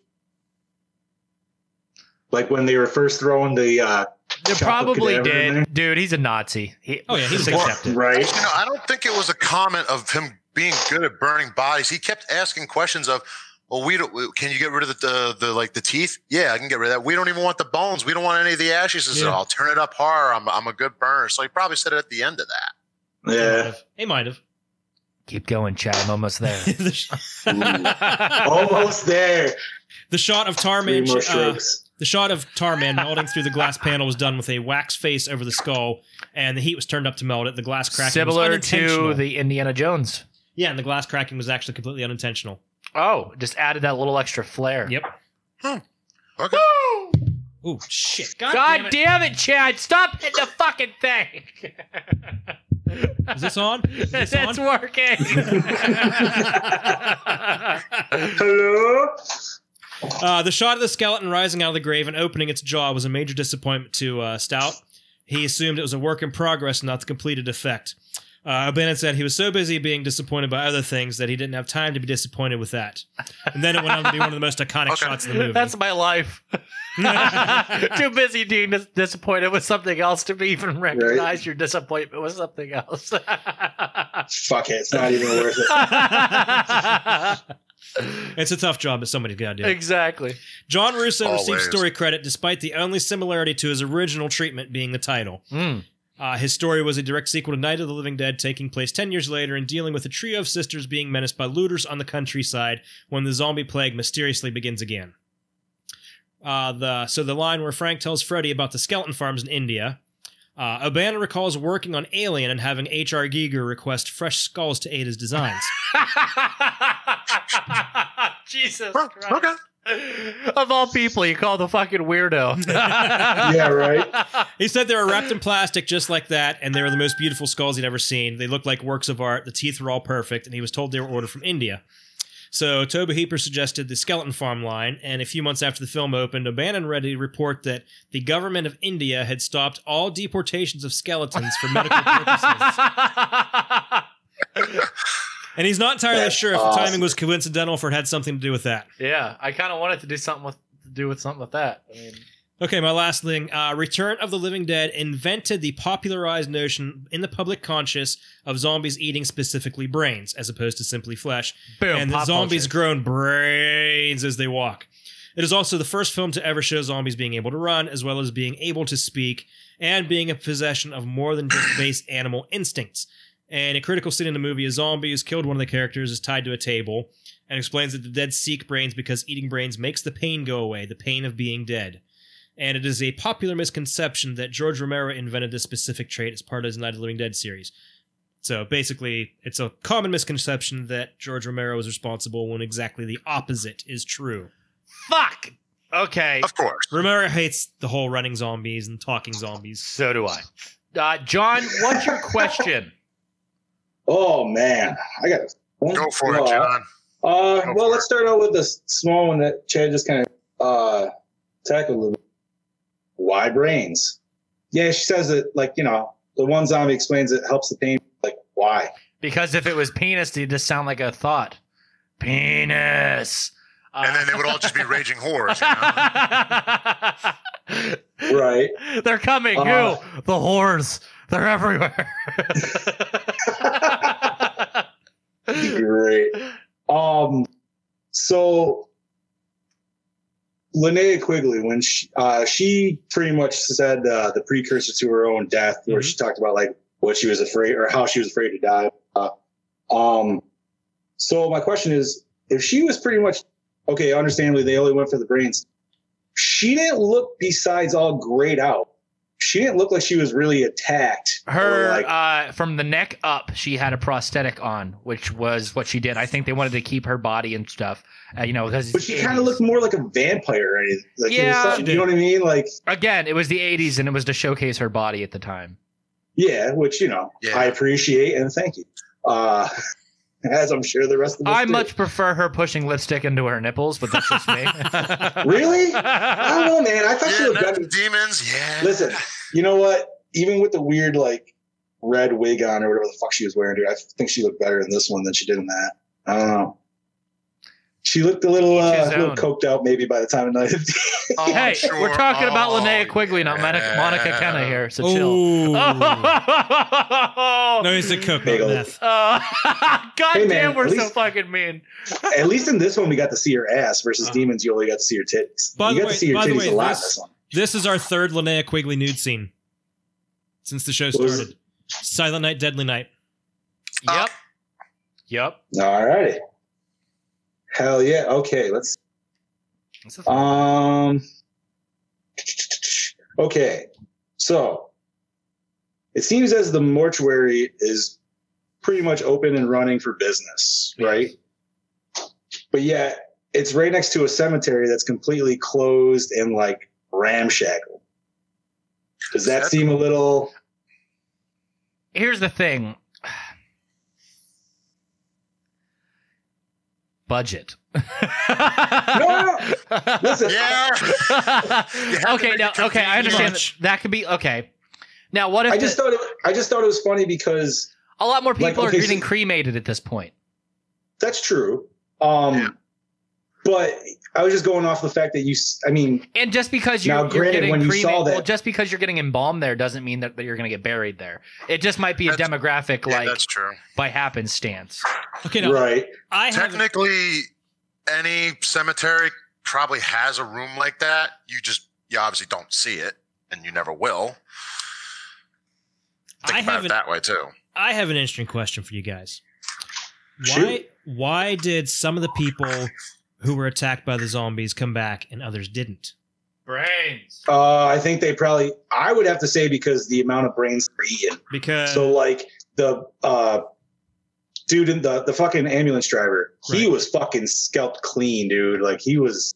S6: Like when they were first throwing the uh,
S4: They
S6: Chocolate
S4: probably
S6: cadaver in there.
S4: did. Dude, he's a Nazi. He,
S5: Oh yeah, he was
S4: Well,
S5: accepted.
S6: right,
S7: You know, I don't think it was a comment of him being good at burning bodies. He kept asking questions of, "Well, we don't. we- Can you get rid of the, the the like the teeth? Yeah, I can get rid of that. We don't even want the bones. We don't want any of the ashes. He said,
S5: Yeah.
S7: I'll turn it up hard. I'm I'm a good burner. So he probably said it at the end of
S6: <laughs>
S7: that. <laughs>
S6: yeah.
S5: He might have. <laughs>
S4: Keep going, Chad. I'm almost there.
S5: the, sh- <laughs>
S6: Almost there.
S5: the shot of
S6: Oh. Three
S5: Tarman
S6: more
S5: uh,
S6: strokes.
S5: The shot of Tarman melting through the glass panel was done with a wax face over the skull, and the heat was turned up to melt it. The glass cracking was
S4: Similar
S5: unintentional.
S4: to the Indiana Jones.
S5: yeah, and the glass cracking was actually completely unintentional.
S4: Oh, just added that little extra flair.
S5: Yep.
S7: Okay.
S5: Oh shit! God,
S4: God,
S5: damn it.
S4: damn, it. Chad! Stop hitting the fucking thing.
S5: Is this on? Is
S4: <laughs>
S5: this
S4: That's
S5: on? <laughs>
S4: working.
S6: Hello.
S5: Uh, the shot of the skeleton rising out of the grave and opening its jaw was a major disappointment to uh, Stout. He assumed it was a work in progress, not the completed effect. Uh, Bennett said he was so busy being disappointed by other things that he didn't have time to be disappointed with that. And then it went on to be one of the most iconic
S7: Okay.
S5: shots in the movie.
S4: That's my
S5: <laughs>
S4: life. Too busy being dis- disappointed with something else to be even recognize your disappointment with something
S5: <laughs>
S4: else. <laughs>
S6: Fuck it. It's not even worth it.
S5: it's a tough job, but somebody's got to do it.
S4: exactly.
S5: John Russo received
S7: Always.
S5: story credit despite the only similarity to his original treatment being the title.
S4: Mm.
S5: Uh, his story was a direct sequel to Night of the Living Dead, taking place 10 years later and dealing with a trio of sisters being menaced by looters on the countryside when the zombie plague mysteriously begins again. Uh, the, so, the line where Frank tells Freddy about the skeleton farms in India. Uh, O'Bannon recalls working on Alien and having H.R. Giger request fresh skulls to aid his designs.
S4: Jesus
S7: Huh,
S4: Christ.
S7: okay.
S4: Of all people, you call the fucking weirdo.
S6: Yeah. Right.
S5: He said they were wrapped in plastic just like that, and they were the most beautiful skulls he'd ever seen. They looked like works of art. The teeth were all perfect, and he was told they were ordered from India. So Toba Heaper suggested the skeleton farm line, and a few months after the film opened, O'Bannon read a report that the government of India had stopped all deportations of skeletons <laughs> for medical
S6: <laughs>
S5: purposes. And he's not entirely
S6: That's
S5: sure if the
S6: awesome.
S5: timing was coincidental or if it had something to do with that.
S4: <laughs> yeah, I kind of wanted to do something with to do with something with that. I mean,
S5: Okay, my last thing. Uh, Return of the Living Dead invented the popularized notion in the public conscious of zombies eating specifically brains, as opposed to simply flesh,
S4: boom.
S5: and the
S4: pop
S5: zombies
S4: culture.
S5: grown brains as they walk. It is also the first film to ever show zombies being able to run, as well as being able to speak and being in possession of more than
S4: <coughs>
S5: just base animal instincts. And a critical scene in the movie, a zombie who's killed one of the characters is tied to a table and explains that the dead seek brains because eating brains makes the pain go away, the pain of being dead. And it is a popular misconception that George Romero invented this specific trait as part of his Night of the Living Dead series. So basically, it's a common misconception that George Romero is responsible when exactly the opposite is true.
S4: Fuck. Okay.
S7: Of course.
S5: Romero hates the whole running zombies and talking
S6: <laughs>
S5: zombies.
S4: So do I. Uh, John, what's your question? <laughs>
S6: Oh man, I got
S7: Go for it, John.
S6: Uh,
S7: Go
S6: well,
S7: for
S6: let's start out with this small one that Chad just kind of uh, tackled. a little bit. Why brains? Yeah, she says it like you know the one zombie explains it helps the pain. Like
S7: <laughs>
S6: why?
S4: Because if it was penis, it'd just sound like a thought. <laughs> Penis. Uh,
S7: And then they would all just be raging whores. You know?
S6: Right.
S4: They're coming.
S6: Uh,
S4: who? The whores. They're everywhere.
S6: Great. Um, so Linnea Quigley, when she uh, she pretty much said uh, the precursor to her own death, where she talked about like what she was afraid or how she was afraid to die. Uh, um, so my question is, if she was pretty much okay, understandably they only went for the brains. She didn't look besides all grayed out. She didn't look like she was really attacked.
S4: <laughs>
S6: or,
S4: Her
S6: like,
S4: uh, from the neck up, she had a prosthetic on, which was what she did. I think they wanted to keep her body and stuff. Uh, you know, because
S6: but she kind of looked more like a vampire or anything. Like, it was
S4: Yeah.
S6: something- you know what I mean? Like,
S4: again, it was the '80s, and it was to showcase her body at the time.
S6: yeah, which you know
S7: Yeah.
S6: I appreciate and thank you. Uh, <laughs> as I'm sure the rest of us
S4: I
S6: do.
S4: much prefer her pushing lipstick into her nipples, but that's just
S6: <laughs>
S5: <laughs>
S4: me. <laughs>
S6: really. I don't know, man. I thought she
S7: Yeah,
S6: looked
S7: that's
S6: better.
S7: demons. Yeah.
S6: Listen, you know what? Even with the weird like red wig on or whatever the fuck she was wearing, dude, I think she looked better in this one than she did in that. I don't know. She looked a little,
S4: Each
S6: uh,
S4: his
S6: a little
S4: own.
S6: coked out maybe by the time of night.
S7: Oh, I'm
S4: hey,
S7: sure.
S4: we're talking about
S7: Oh,
S4: Linnea Quigley, not Monica,
S7: yeah.
S4: Monica Kenna here, so chill.
S6: <laughs>
S5: Ooh.
S4: <laughs> Oh,
S5: No, he's a cook, not
S6: Bagel.
S5: meth.
S4: Oh, <laughs> God
S6: Hey, man,
S4: damn, we're
S6: at
S4: so
S6: least-
S4: fucking mean.
S6: <laughs> At least in this one, we got to see her ass versus
S5: Uh-huh.
S6: demons. You only got to see her titties.
S5: By
S6: you
S5: the
S6: got
S5: way-
S6: to see her
S5: by the
S6: titties
S5: way,
S6: a lot
S5: this-
S6: in this one.
S5: This is our third Linnea Quigley nude scene since the show
S6: What was
S5: started. Silent Night, Deadly Night.
S4: Yep. Uh, Yep.
S6: All righty. Hell yeah. Okay, let's.
S4: That's a-
S6: Um. Okay, so it seems as the mortuary is pretty much open and running for business, right? But yet it's right next to a cemetery that's completely closed and like ramshackle. Does that
S7: That's-
S6: seem a little?
S4: Here's the thing. <sighs> Budget. <laughs>
S6: No, Listen,
S5: <laughs>
S7: Yeah. have to
S4: okay,
S7: make
S4: now
S7: it
S4: okay, I understand that,
S5: much.
S4: that could be okay. Now, what if
S6: <laughs> I just
S4: the-
S6: thought it, I just thought it was funny because
S4: a lot more
S6: like,
S4: people
S6: okay,
S4: are
S6: so-
S4: getting cremated at this point?
S6: That's true. Um,
S7: Yeah.
S6: But I was just going off the fact that you. s- I mean,
S4: And just because you're,
S6: Now,
S4: you're
S6: granted,
S4: getting
S6: when you
S4: cremated,
S6: saw that-
S4: well, just because you're getting embalmed there doesn't mean that, that you're going to get buried there. It just might be a
S7: That's-
S4: demographic
S7: Yeah,
S4: like
S7: that's true.
S4: by happenstance.
S5: Okay, now
S6: right?
S5: I have
S7: Technically, any cemetery probably has a room like that. You just you obviously don't see it, and you never will. Think
S5: I
S7: about
S5: haven't
S7: it that way too.
S5: I have an interesting question for you guys. Why
S6: Shoot.
S5: why did some of the people who were attacked by the zombies come back and others didn't?
S4: Brains.
S6: Uh, I think they probably. I would have to say because the amount of brains they're eating.
S5: Because
S6: so like the uh, dude in the the fucking ambulance driver, he
S5: Right.
S6: was fucking scalped clean, dude. Like he was.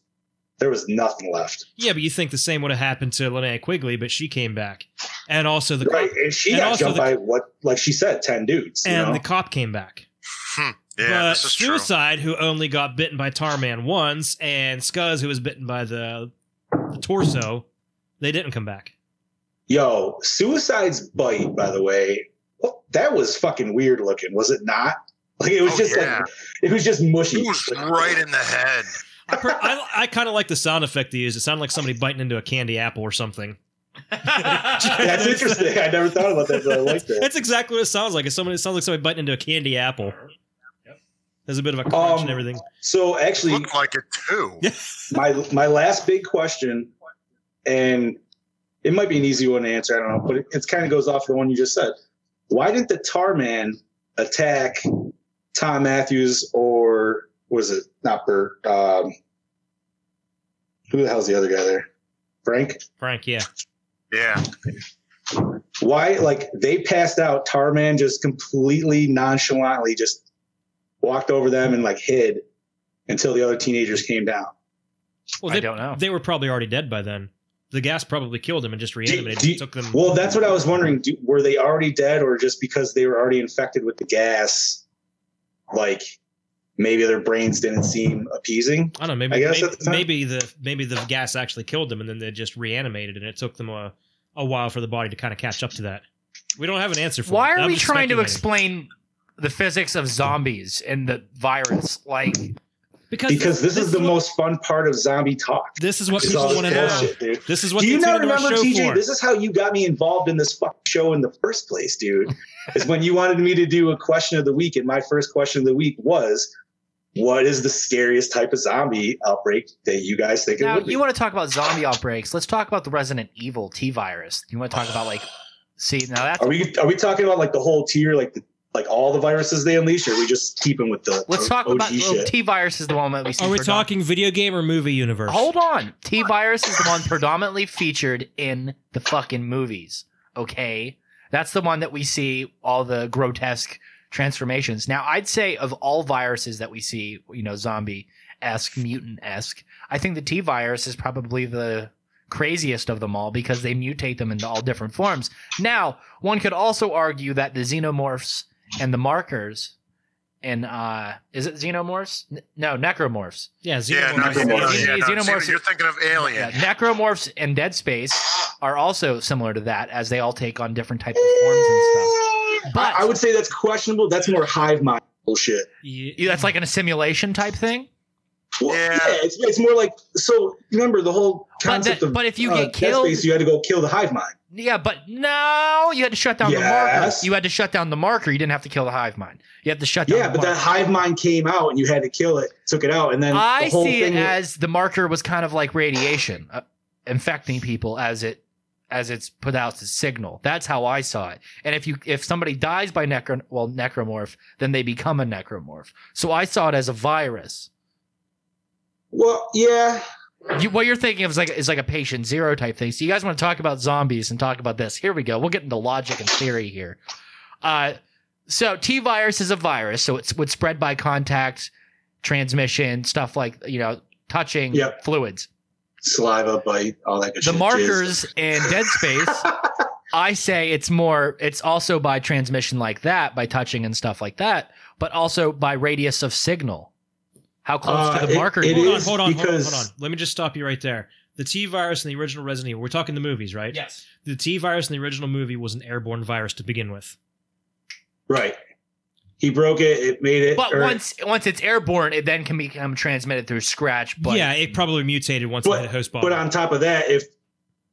S6: There was nothing left.
S5: yeah, but you think the same would have happened to Linnea Quigley, but she came back, and also the
S6: Right,
S5: cop,
S6: and she
S5: and
S6: got
S5: also
S6: jumped
S5: the-
S6: by what, like she said, ten dudes. You
S5: and
S6: know?
S5: the cop came back.
S7: Yeah,
S5: but
S7: this is true.
S5: suicide, who only got bitten by Tarman once, and Scuzz, who was bitten by the, the torso, they didn't come back.
S6: Yo, Suicide's bite, by the way, well, that was fucking weird looking, was it not? Like it was
S7: Oh,
S6: just
S7: yeah.
S6: like it was just mushy.
S7: It was right in the head.
S5: I, per- I, I kind of like the sound effect they used. It sounded like somebody biting into a candy apple
S7: <laughs>
S5: or something.
S6: <laughs> That's interesting. I never thought about that, but I like
S5: <laughs>
S6: that.
S5: That's exactly what it sounds like. It, someone, it sounds like somebody biting into a candy apple. There's a bit of a
S6: Um,
S5: crunch and everything.
S6: So
S7: It
S6: actually,
S7: looked like it too.
S6: my my last big question, and it might be an easy one to answer. I don't know, but it, it kind of goes off the one you just said. Why didn't the Tar Man attack Tom Matthews or was it not Bert? Um, who the hell's the other guy there? Frank?
S5: Frank, yeah.
S7: Yeah.
S6: why like they passed out tarman just completely nonchalantly just walked over them and like hid until the other teenagers came down
S5: Well,
S4: I
S5: they,
S4: don't know.
S5: They were probably already dead by then. The gas probably killed them and just reanimated.
S6: do-
S5: and took them.
S6: Well, that's what I was wondering. Do, were they already dead, or just because they were already infected with the gas, like maybe their brains didn't seem appeasing?
S5: I don't know. Maybe
S6: I guess
S5: maybe,
S6: at the time-
S5: maybe the maybe the gas actually killed them, and then they just reanimated, and it took them a, a while for the body to kind of catch up to that. We don't have an answer for.
S4: Why
S5: it.
S4: are
S5: I'm
S4: we
S5: just
S4: trying to
S5: speculating.
S4: explain the physics of zombies and the virus? Like,
S5: Because,
S6: Because this, is the most fun part of zombie talk.
S5: This is what
S6: It's
S5: people
S6: all
S5: want to know.
S6: bullshit, dude.
S5: This is what
S6: Do
S5: they
S6: you not
S5: tuned into our
S6: remember,
S5: show
S6: TJ?
S5: for.
S6: This is how you got me involved in this fucking show in the first place,
S5: <laughs>
S6: dude. is when you wanted me to do a question of the week, and my first question of the week was, "What is the scariest type of zombie outbreak that you guys think it
S4: now
S6: would be?"
S4: you want to talk about zombie outbreaks? Let's talk about the Resident Evil T virus. You want to talk about like, see, now that's
S6: Are we are we talking about like the whole tier, like the, like all the viruses they unleash, or are we just keeping with the
S4: Let's talk
S6: OG
S4: about
S6: shit?
S4: T virus is the one that we. see
S5: Are we
S4: predomin-
S5: talking video game or movie universe?
S4: Hold <laughs> on, T virus is the one predominantly featured in the fucking movies. Okay, that's the one that we see all the grotesque transformations. Now, I'd say of all viruses that we see, you know, zombie esque, mutant esque, I think the T virus is probably the craziest of them all because they mutate them into all different forms. Now, one could also argue that the xenomorphs and the markers and uh is it xenomorphs? N- No, necromorphs.
S5: Yeah,
S7: Yeah, no,
S4: Xenomorphs.
S7: Xenomorphs. Yeah, no,
S4: Xenomorphs-
S7: Xeno- You're thinking of
S4: yeah,
S7: Alien.
S4: Uh, necromorphs and Dead Space are also similar to that, as they all take on different types of forms and stuff. But
S6: I, I would say that's questionable. That's more hive mind bullshit.
S4: Yeah, that's like an assimilation type thing.
S6: Well, yeah, it's, it's more like so. Remember the whole
S4: But
S6: concept
S4: that-
S6: of uh,
S4: but if you get
S6: Dead
S4: killed-
S6: Space, you had to go kill the hive mind.
S4: Yeah, but no, you had to shut down the marker.
S6: Yes.
S4: You had to shut down the marker. You didn't have to kill the hive mind. You have to shut down.
S6: Yeah,
S4: the
S6: but that
S4: marker.
S6: hive mind came out, and you had to kill it, took it out, and then
S4: I
S6: the whole
S4: see it
S6: thing
S4: as the marker was kind of like radiation, uh, infecting people as it as it's put out as signal. That's how I saw it. And if you if somebody dies by necro well necromorph, then they become a necromorph. So I saw it as a virus.
S6: Well, yeah.
S4: You, what you're thinking of is like is like a patient zero type thing. So you guys want to talk about zombies and talk about this? Here we go. We'll get into logic and theory here. Uh, so T virus is a virus, so it's would spread by contact, transmission, stuff like you know touching
S6: Yep.
S4: fluids.
S6: saliva bite, all that good
S4: The
S6: shit.
S4: markers in Dead Space,
S6: <laughs>
S4: I say it's more. It's also by transmission like that, by touching and stuff like that, but also by radius of signal. How close to
S6: Uh,
S4: the
S6: it-
S4: marker?
S6: it
S4: you
S5: hold
S4: are.
S5: on,
S6: is
S5: hold on,
S6: because-
S5: hold on, hold on. Let me just stop you right there. The T virus in the original Resident Evil. We're talking the movies, right?
S12: Yes.
S5: The T virus in the original movie was an airborne virus to begin with.
S6: Right. He broke it. It made it.
S4: But
S6: or-
S4: once once it's airborne, it then can become transmitted through scratch. But
S5: yeah, it probably mutated once it hit the host body.
S6: But on top of that, if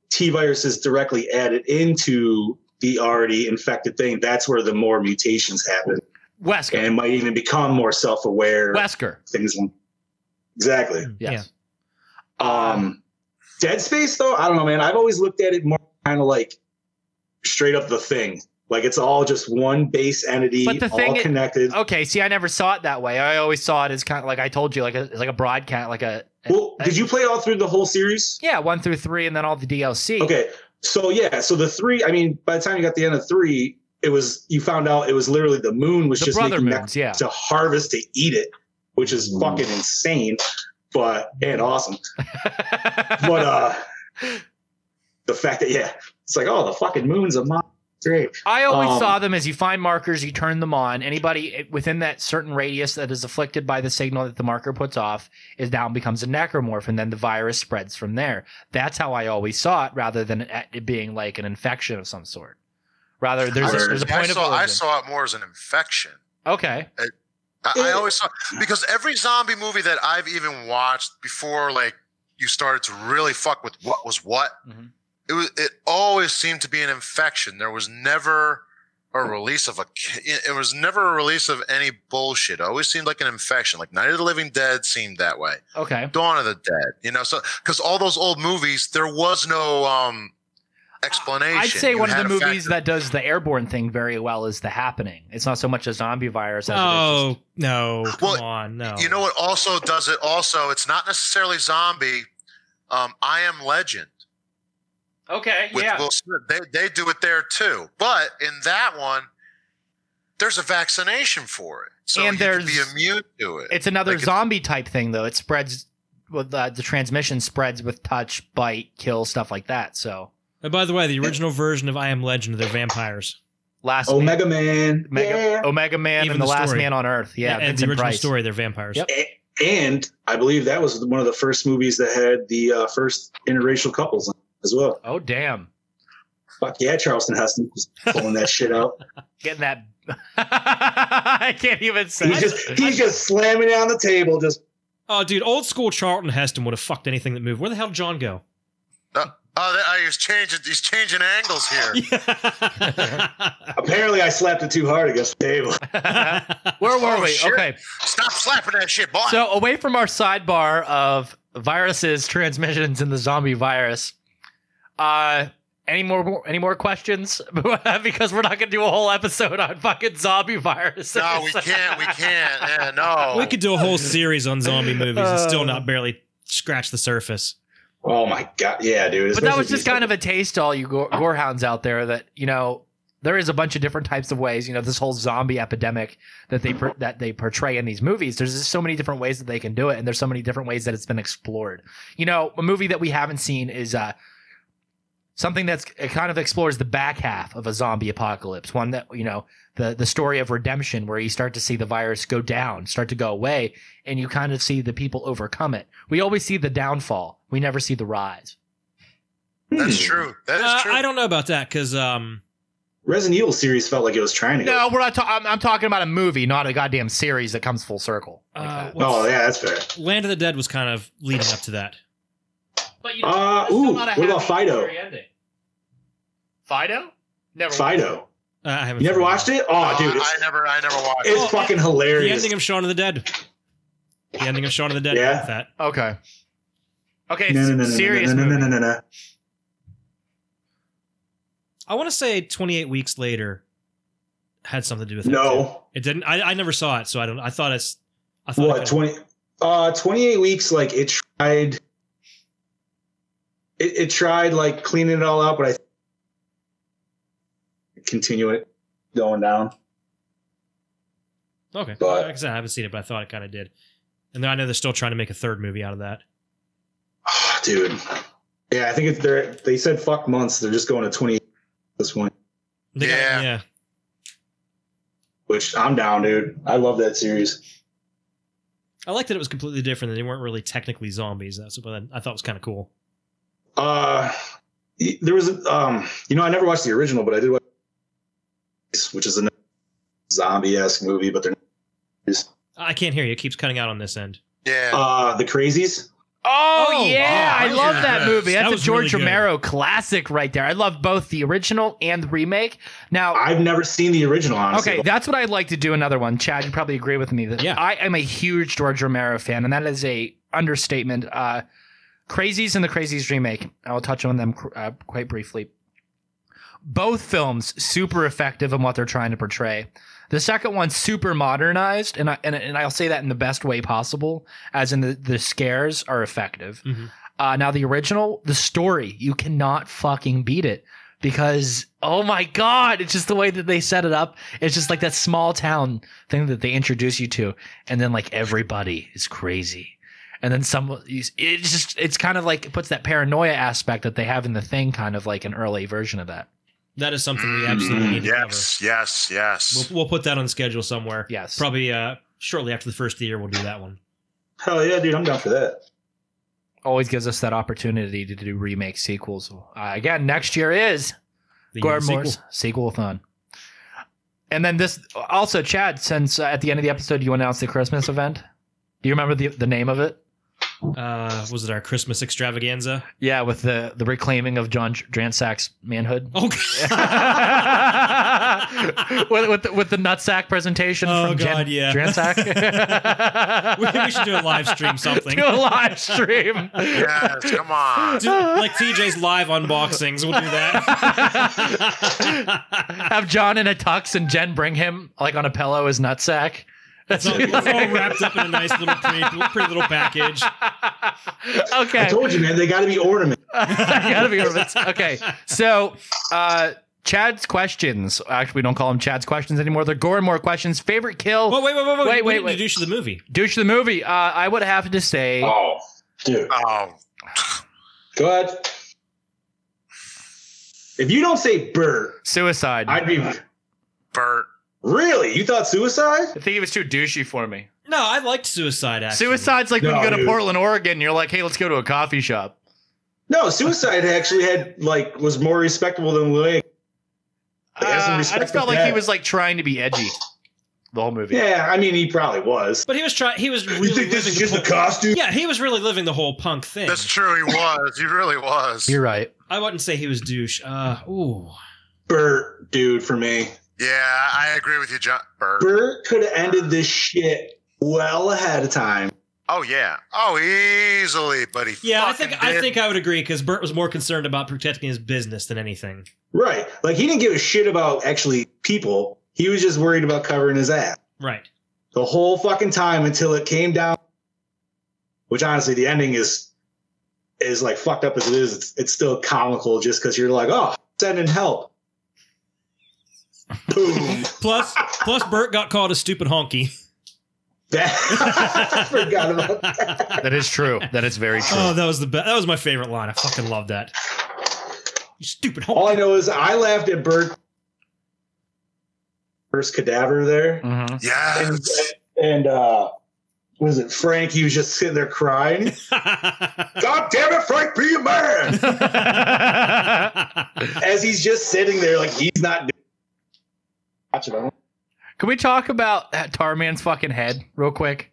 S6: T virus is directly added into the already infected thing, that's where the more mutations happen,
S4: Wesker,
S6: and it might even become more self-aware.
S4: Wesker,
S6: Things like exactly.
S4: yes, Hmm.
S6: Um, Dead Space, though, I don't know, man. I've always looked at it more kind of like straight up the thing. Like it's all just one base entity,
S4: But the thing
S6: all
S4: is- Oh,
S6: connected.
S4: Okay, see, I never saw it that way. I always saw it as kind of like I told you, like a like a broadcast, like a
S6: well, did you play all through the whole series?
S4: yeah one through three, and then all the DLC.
S6: Okay. So yeah, so the three, I mean, by the time you got the end of three, it was you found out it was literally the moon was
S4: The
S6: just
S4: brother
S6: making
S4: moons,
S6: that
S4: yeah.
S6: to harvest to eat it, which is fucking insane, but and awesome.
S4: <laughs>
S6: but uh the fact that yeah, it's like, oh the fucking moon's a mon great.
S4: I always
S6: Um,
S4: saw them as you find markers, you turn them on. Anybody within that certain radius that is afflicted by the signal that the marker puts off is now becomes a necromorph, and then the virus spreads from there. That's how I always saw it, rather than it being like an infection of some sort. Rather, there's a, there's a
S7: I
S4: point
S7: saw,
S4: of
S7: I
S4: origin.
S7: saw it more as an infection.
S4: Okay,
S7: I, I always saw because every zombie movie that I've even watched before, like you started to really fuck with what was what,
S4: Mhm.
S7: it was it always seemed to be an infection. There was never
S4: Hmm.
S7: a release of a ki- it was never a release of any bullshit. It always seemed like an infection. Like Night of the Living Dead seemed that way.
S4: okay.
S7: Dawn of the Dead, you know, so because all those old movies, there was no um explanation.
S4: Uh, I'd say
S7: You
S4: one of the
S7: had a fact-
S4: movies that does the airborne thing very well is The Happening. It's not so much a zombie virus as it is
S5: oh no! Come
S7: Well,
S5: on, no.
S7: You know what also does it also? It's not necessarily zombie. Um, I am legend
S4: just, okay,
S7: with Will Smith. They they do it there too. But in that one, there's a vaccination for it. So
S4: And
S7: you can
S4: there's-
S7: be immune to it.
S4: It's another
S7: Like,
S4: zombie type thing though. It spreads well, the, the transmission spreads with touch, bite, kill, stuff like that. So
S5: And by the way, the original version of I Am Legend, they're vampires.
S4: last
S6: Omega Man.
S4: Mega,
S6: yeah.
S4: Omega Man
S5: Even
S4: and the,
S5: the
S4: Last
S5: story.
S4: Man on Earth. Yeah,
S5: and the
S4: Vincent
S5: original
S4: Price.
S5: story, they're vampires.
S4: Yep.
S6: A- And I believe that was one of the first movies that had the uh, first interracial couples in it as well.
S4: Oh damn,
S6: Fuck yeah, Charleston Heston was pulling that shit out.
S4: <laughs> getting that. I can't even say.
S6: He's just he's just slamming it on the table. Just
S5: Oh, dude, old school Charlton Heston would have fucked anything that moved. Where the hell did John go?
S7: Uh, oh, that, oh, he's changing. He's changing angles
S5: <laughs>
S7: here.
S6: apparently, I slapped it too hard against
S4: <laughs>
S6: the table.
S4: <laughs> Where were
S7: Oh,
S4: we?
S7: shit.
S4: Okay,
S7: Stop slapping that shit, boy.
S4: so away from our sidebar of viruses, transmissions, and the zombie virus. Uh, any more any more questions? <laughs> because we're not gonna do a whole episode on fucking zombie viruses.
S7: no, we can't. We can't. Yeah, no.
S5: We could do a whole series on zombie movies and still not barely scratch the surface.
S6: Oh my god, yeah, dude.
S4: but that was just kind of a taste to all you gore, gorehounds out there that you know there is a bunch of different types of ways you know this whole zombie epidemic that they per, that they portray in these movies there's just so many different ways that they can do it and there's so many different ways that it's been explored you know a movie that we haven't seen is uh something that's it kind of explores the back half of a zombie apocalypse one that you know the the story of redemption where you start to see the virus go down start to go away and you kind of see the people overcome it we always see the downfall we never see the rise
S7: That's
S6: Hmm.
S7: true. That
S5: Uh,
S7: is true.
S5: I don't know about that because um,
S6: Resident Evil series felt like it was trying to.
S4: No, we're not. Ta- I'm, I'm talking about a movie, not a goddamn series that comes full circle. like
S5: uh,
S4: that.
S6: Go. Oh
S5: what's-
S6: yeah, that's fair.
S5: Land of the Dead was kind of leading up to that.
S4: But you
S6: Uh,
S4: that's still
S6: ooh,
S4: not a
S6: what about
S4: happy
S6: Fido?
S4: story ending. Fido? Never. Uh,
S6: Fido.
S5: Uh, I haven't.
S6: You never watched it? Oh,
S7: No,
S6: dude,
S7: Uh, I
S6: it's,
S7: never. I never watched.
S6: it's
S5: Oh,
S6: fucking
S5: The
S6: hilarious.
S5: ending of Shaun of the Dead. The ending of Shaun of the Dead.
S6: Yeah.
S5: with That.
S4: Okay. Okay.
S6: No, no, no, no, no,
S4: serious.
S6: no, no, no,
S4: movie.
S6: no, no, no.
S5: I want to say 28 weeks later had something to do with it. too.
S6: No.
S5: it didn't. I, I never saw it, so I don't. I thought it's. I thought
S6: What
S5: it-
S6: twenty? Uh, twenty-eight weeks. Like it tried. It, it tried like cleaning it all up, but I continue it going down.
S5: Okay,
S6: But-
S5: like I said, I haven't seen it, but I thought it kind of did. And then I know they're still trying to make a third movie out of that.
S6: Ah, dude. Yeah, I think it's they're they said fuck months. They're just going to twenty at this point,
S5: They got-
S7: Yeah.
S5: yeah.
S6: which I'm down, dude. I love that series.
S5: I liked that it was completely different. That they weren't really technically zombies. That's what I thought was kind of cool.
S6: Uh, y- there was um, you know, I never watched the original, but I did watch, which is a zombie esque movie, but they're
S5: I can't hear you. It keeps cutting out on this end.
S7: Yeah.
S6: uh, the Crazies.
S4: Oh,
S5: Oh,
S4: yeah,
S5: wow.
S4: I love that
S7: Yes.
S4: movie.
S5: That
S4: That's
S5: was
S4: a George
S5: really good.
S4: Romero classic right there. I love both the original and the remake. Now,
S6: I've never seen the original, honestly.
S4: Oh. Okay, that's what I'd like to do another one. Chad, you probably agree with me that
S5: Yeah.
S4: I am a huge George Romero fan, and that is a understatement. Uh, Crazies and the Crazies remake. I'll touch on them uh, quite briefly. Both films super effective in what they're trying to portray. The second one's super modernized, and I and, and I'll say that in the best way possible, as in the, the scares are effective.
S5: Mhm.
S4: Uh, now the original, the story, you cannot fucking beat it because oh my god, it's just the way that they set it up. It's just like that small town thing that they introduce you to, and then like everybody is crazy. And then some, it's just, it's kind of like, it puts that paranoia aspect that they have in the thing, kind of like an early version of that.
S5: That is something
S6: Mm-hmm.
S5: we absolutely need to
S7: yes. Yes.
S5: cover.
S7: Yes.
S5: We'll, we'll put that on schedule somewhere.
S4: Yes.
S5: Probably uh, shortly after the first of the year, we'll do that one.
S6: Hell yeah, dude, I'm down for that.
S4: Always gives us that opportunity to do remake sequels. Uh, again, next year is
S5: The uh,
S4: Gordon
S5: sequel.
S4: Moore's sequelathon. And then this also, Chad. Since uh, at the end of the episode you announced the Christmas event, do you remember the the name of it?
S5: Uh, was it our Christmas extravaganza?
S4: Yeah, with the the reclaiming of John Dransak's manhood.
S5: Oh, God.
S4: <laughs> with, with the, with the nutsack presentation
S5: Oh,
S4: from
S5: God,
S4: Jan,
S5: yeah.
S4: Dransack.
S5: <laughs> <laughs> We- we should do a
S4: <laughs>
S5: live stream something.
S4: do a live
S5: <laughs>
S4: stream.
S7: yes. Come on.
S5: Do- like TJ's live unboxings. We'll do that.
S4: Have John in a tux and Jen bring him like on a pillow as nutsack.
S5: it's, all, it's all wrapped up in a nice little pretty, pretty little package.
S4: <laughs> okay.
S6: I told you, man, they got to be ornament.
S4: <laughs> <laughs> I gotta be honest.
S5: <laughs>
S4: Okay, so uh, Chad's questions. Actually, we don't call them Chad's questions anymore. They're Gore and More questions. Favorite kill?
S5: Oh, wait, wait, wait, wait.
S4: Wait,
S5: we
S4: wait,
S5: didn't
S4: wait.
S5: introduce the movie.
S4: Douche the movie. Uh, I would have to say
S6: Oh, Dude.
S7: Oh.
S6: Go ahead. If you don't say Bert,
S4: Suicide.
S6: I'd be.
S7: Bert.
S6: Really? You thought suicide?
S4: I think it was too douchey for me.
S5: No, I liked Suicide. Actually,
S4: Suicide's like when
S6: No,
S4: you go to
S6: dude.
S4: Portland, Oregon, and you're like, hey, let's go to a coffee shop.
S6: No, suicide actually had like was more respectable than Lake. Like, has some
S4: Uh, I
S6: respect
S4: just felt
S6: for
S4: like he
S6: that.
S4: was like trying to be edgy the whole movie.
S6: Yeah, I mean, he probably was.
S5: But he was trying. He was really.
S6: think this
S5: living
S6: is just
S5: the
S6: a costume?
S5: Yeah, he was really living the whole punk thing.
S7: That's true. He was. He really was.
S4: You're right.
S5: I wouldn't say he was douche. Uh, ooh.
S6: Bert, dude, for me.
S7: Yeah, I agree with you, John. Bert.
S6: Bert could have ended this shit well ahead of time.
S7: Oh yeah. Oh, easily, buddy.
S5: Yeah, I think I think I would agree because Bert was more concerned about protecting his business than anything.
S6: Right. Like he didn't give a shit about actually people. He was just worried about covering his ass
S5: Right.
S6: the whole fucking time until it came down. Which honestly, the ending is is like fucked up as it is. It's, it's still comical just because you're like, oh, send in help. Boom.
S5: Plus, plus Bert got called a stupid honky.
S6: That- <laughs> I forgot about that.
S4: That is true. That is very true.
S6: Um,
S5: Oh, that was the best. That was my favorite line. I fucking love that. You stupid honky.
S6: All I know is I laughed at Bert first cadaver there.
S4: <laughs> Mhm.
S6: And,
S7: Yes.
S6: and uh was it Frank? He was just sitting there crying. God damn it, Frank, be a man! As he's just sitting there, like he's not doing Watch it, I don't-
S4: Can we talk about that tar man's fucking head real quick?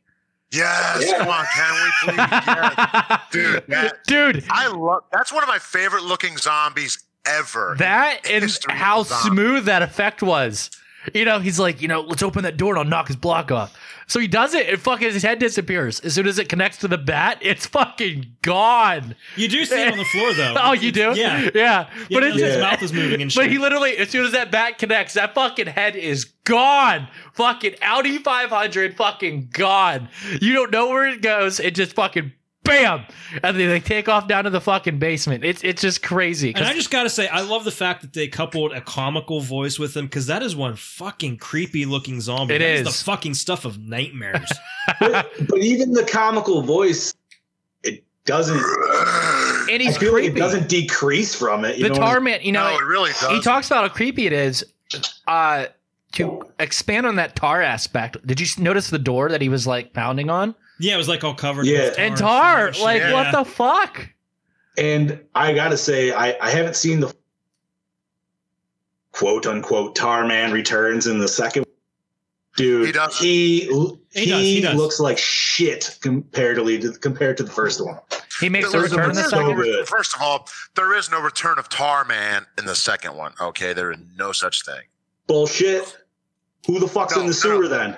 S7: Yes.
S6: Yeah.
S7: Come on, can we
S6: <laughs>
S7: please? Yes. Dude, that,
S4: <laughs> Dude,
S7: I love. That's one of my favorite looking zombies ever.
S4: that and
S7: History of
S4: how
S7: zombie.
S4: smooth that effect was. You know, he's like, you know, let's open that door and I'll knock his block off. So he does it, and fucking his head disappears. As soon as it connects to the bat, it's fucking gone.
S5: <laughs> You do see him on the floor though.
S4: <laughs> Oh, you do?
S5: Yeah.
S4: yeah.
S5: Yeah,
S4: but
S5: no,
S4: it's
S5: his mouth is moving and
S4: <laughs> But he
S5: shit.
S4: literally, as soon as that bat connects, that fucking head is gone. Fucking Audi 500, fucking gone. You don't know where it goes. It just fucking bam, and then they take off down to the fucking basement. It's it's just crazy. 'cause
S5: And I just gotta say, I love the fact that they coupled a comical voice with him because that is one fucking creepy looking zombie.
S4: It
S5: That
S4: is.
S5: the fucking stuff
S4: <laughs>
S5: of nightmares.
S6: but, but even the comical voice, it doesn't
S4: and
S6: I
S4: he's
S6: feel like
S4: creepy.
S6: it doesn't decrease from it. You
S4: the
S6: know
S4: tar man, you know,
S7: no, it really does.
S4: he talks about how creepy it is. Uh, to expand on that tar aspect, did you s- notice the door that he was like pounding on?
S5: yeah, it was like all covered.
S6: Yeah.
S5: with
S4: And tar,
S5: shit.
S4: like,
S5: Yeah.
S4: what the fuck?
S6: And I gotta say, I, I haven't seen the quote unquote Tar Man returns in the second. Dude,
S7: He does.
S6: He,
S5: He does, he
S6: he
S5: does.
S6: looks like shit comparatively to compared to the first one.
S4: He makes a
S7: There is no
S4: return in the
S6: so
S4: second.
S6: good.
S7: return- First of all, there is no return of Tar Man in the second one. Okay, there is no such thing.
S6: Bullshit. Who the fuck's
S7: No,
S6: in the
S7: no.
S6: sewer then?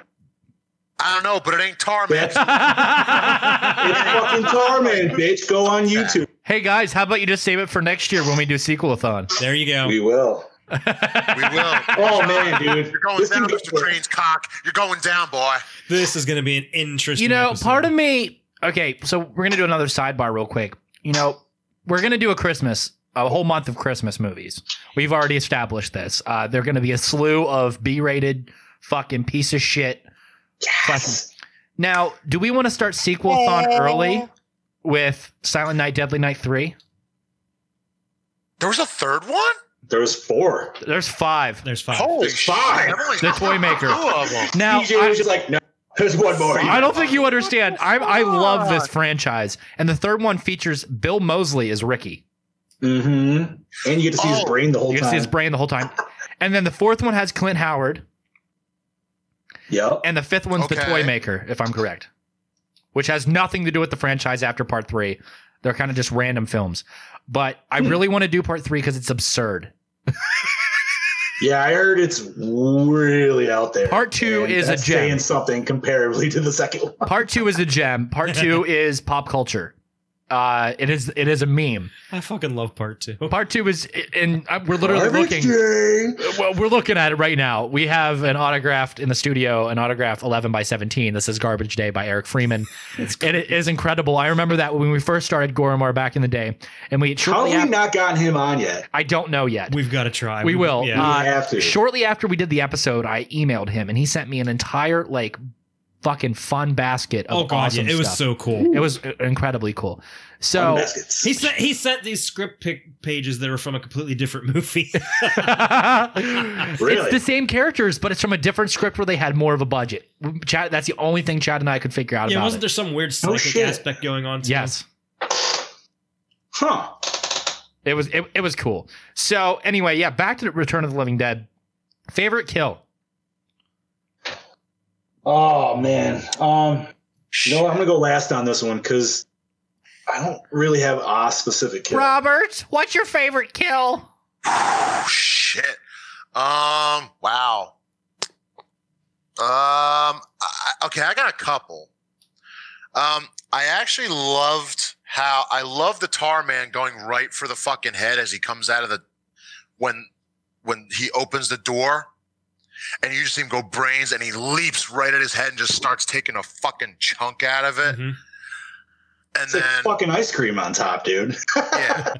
S7: I don't know, but it ain't Tar Man.
S4: <laughs>
S6: It's fucking Tar Man, bitch. Go on YouTube.
S4: Hey guys, how about you just save it for next year when we do sequelathon?
S5: There you go.
S6: We will.
S7: we will.
S6: Oh man, dude.
S7: You're going
S6: This can
S7: down,
S6: go
S7: Mr.
S6: for- <laughs>
S7: Train's cock. You're going down, boy.
S5: This is gonna be an interesting.
S4: You know,
S5: episode.
S4: part of me. Okay, so we're gonna do another sidebar real quick. You know, we're gonna do a Christmas, a whole month of Christmas movies. We've already established this. Uh, they're gonna be a slew of B-rated fucking piece of shit.
S6: Yes.
S4: Now, do we want to start sequelathon early with Silent Night, Deadly Night three?
S7: There was a third one.
S6: There was four.
S4: There's five.
S5: there's five.
S7: Holy
S6: five.
S7: shit, I've only
S4: The
S7: seen
S4: toy maker.
S7: Two of them.
S4: Now,
S6: DJ was just like, no, there's one more.
S4: I don't think you understand. I I love this franchise, and the third one features Bill Mosley as Ricky.
S6: Mm-hmm. And you get to see his
S7: Oh.
S6: brain the whole
S4: You can
S6: time.
S4: see his brain the whole time, and then the fourth one has Clint Howard,
S6: Yep.
S4: and the fifth one's the
S7: Okay.
S4: Toy Maker, if I'm correct, which has nothing to do with the franchise after Part Three. They're kind of just random films, but
S6: <laughs>
S4: I really want to do Part Three because it's absurd.
S6: Yeah, I heard it's really out there.
S4: Part two
S6: And
S4: is a
S6: that's
S4: gem.
S6: saying something comparatively to the second one.
S4: Part Two is a gem. Part
S6: <laughs>
S4: Two is pop culture. Uh, it is it is a meme.
S5: I fucking love part two.
S4: Part Two is, and uh, we're literally looking.
S6: looking.
S4: Well, we're looking at it right now. We have an autographed in the studio, an autograph 11 by 17. This is Garbage Day by Eric
S5: <laughs>
S4: Freeman. and it is incredible. I remember that when we first started Goromar back in the day. And we
S6: How
S4: shortly
S6: have we
S4: after,
S6: not gotten him on yet?
S4: I don't know yet.
S5: We've got to try.
S4: We will.
S5: Yeah.
S4: Uh,
S6: we have to.
S4: shortly after we did the episode, I emailed him and he sent me an entire like fucking fun basket of
S5: Oh, God,
S4: awesome
S5: yeah, it was
S4: stuff.
S5: so cool.
S4: It was uh, incredibly cool. So <laughs>
S5: he sent he sent these script pic- pages that were from a completely different <laughs> movie.
S4: It's the same characters, but it's from a different script where they had more of a budget. Chad, that's the only thing Chad and I could figure out
S5: yeah,
S4: about
S5: wasn't
S4: it.
S5: there some weird psychic
S4: shit.
S5: aspect going on? Too?
S4: Yes.
S6: Huh.
S4: It was it, it was cool. So anyway, yeah, back to the Return of the Living Dead. Favorite kill.
S6: Oh man. Um you know what? I'm gonna go last on this one because I don't really have a specific kill.
S4: Robert, what's your favorite kill?
S7: Oh, Shit. Um. Wow. Um. I, okay, I got a couple. Um. I actually loved how I love the tar man going right for the fucking head as he comes out of the when when he opens the door and you just see him go brains and he leaps right at his head and just starts taking a fucking chunk out of it. And
S6: It's
S7: then
S6: like fucking ice cream on top, dude.
S5: <laughs>
S7: yeah.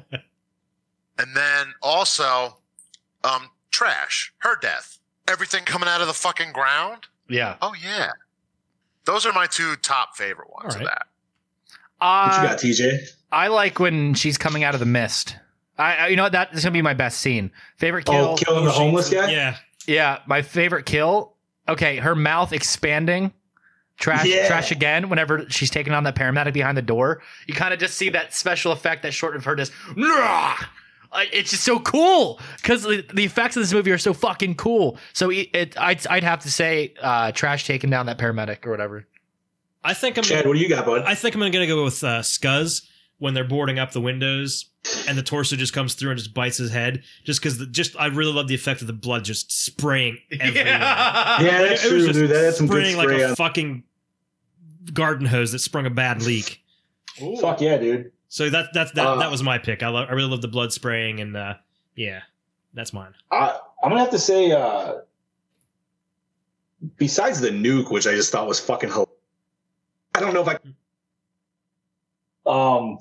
S7: And then also, um, trash, her death, everything coming out of the fucking ground.
S4: Yeah.
S7: Oh yeah, those are my two top favorite ones of that.
S4: Uh,
S6: TJ?
S4: I like when she's coming out of the mist. I, I you know what, that's gonna be my best scene. Favorite kill.
S6: Oh, killing the homeless guy?
S5: Yeah.
S4: Yeah, my favorite kill. Okay, her mouth expanding. Trash,
S6: Yeah.
S4: trash again. Whenever she's taking on that paramedic behind the door, you kind of just see that special effect that short of her just. "Nah!" Uh, It's just so cool because the, the effects of this movie are so fucking cool. So it, it I'd, I'd have to say, uh, trash taking down that paramedic or whatever.
S5: I think I'm.
S6: Chad, what do you got, bud?
S5: I think I'm gonna go with uh, Scuzz when they're boarding up the windows and the torso just comes through and just bites his head. Just because, just I really love the effect of the blood just spraying everywhere.
S4: Yeah,
S6: Yeah, that's true, dude. That had some good
S5: spraying like
S6: spray
S5: a
S6: on-
S5: fucking garden hose that sprung a bad leak.
S6: Fuck yeah, dude.
S5: So that that that,
S6: Uh,
S5: that was my pick. I love, I really love the blood spraying and uh, yeah, that's mine.
S6: I, I'm gonna have to say, uh, besides the nuke, which I just thought was fucking hilarious, I don't know if I. Um,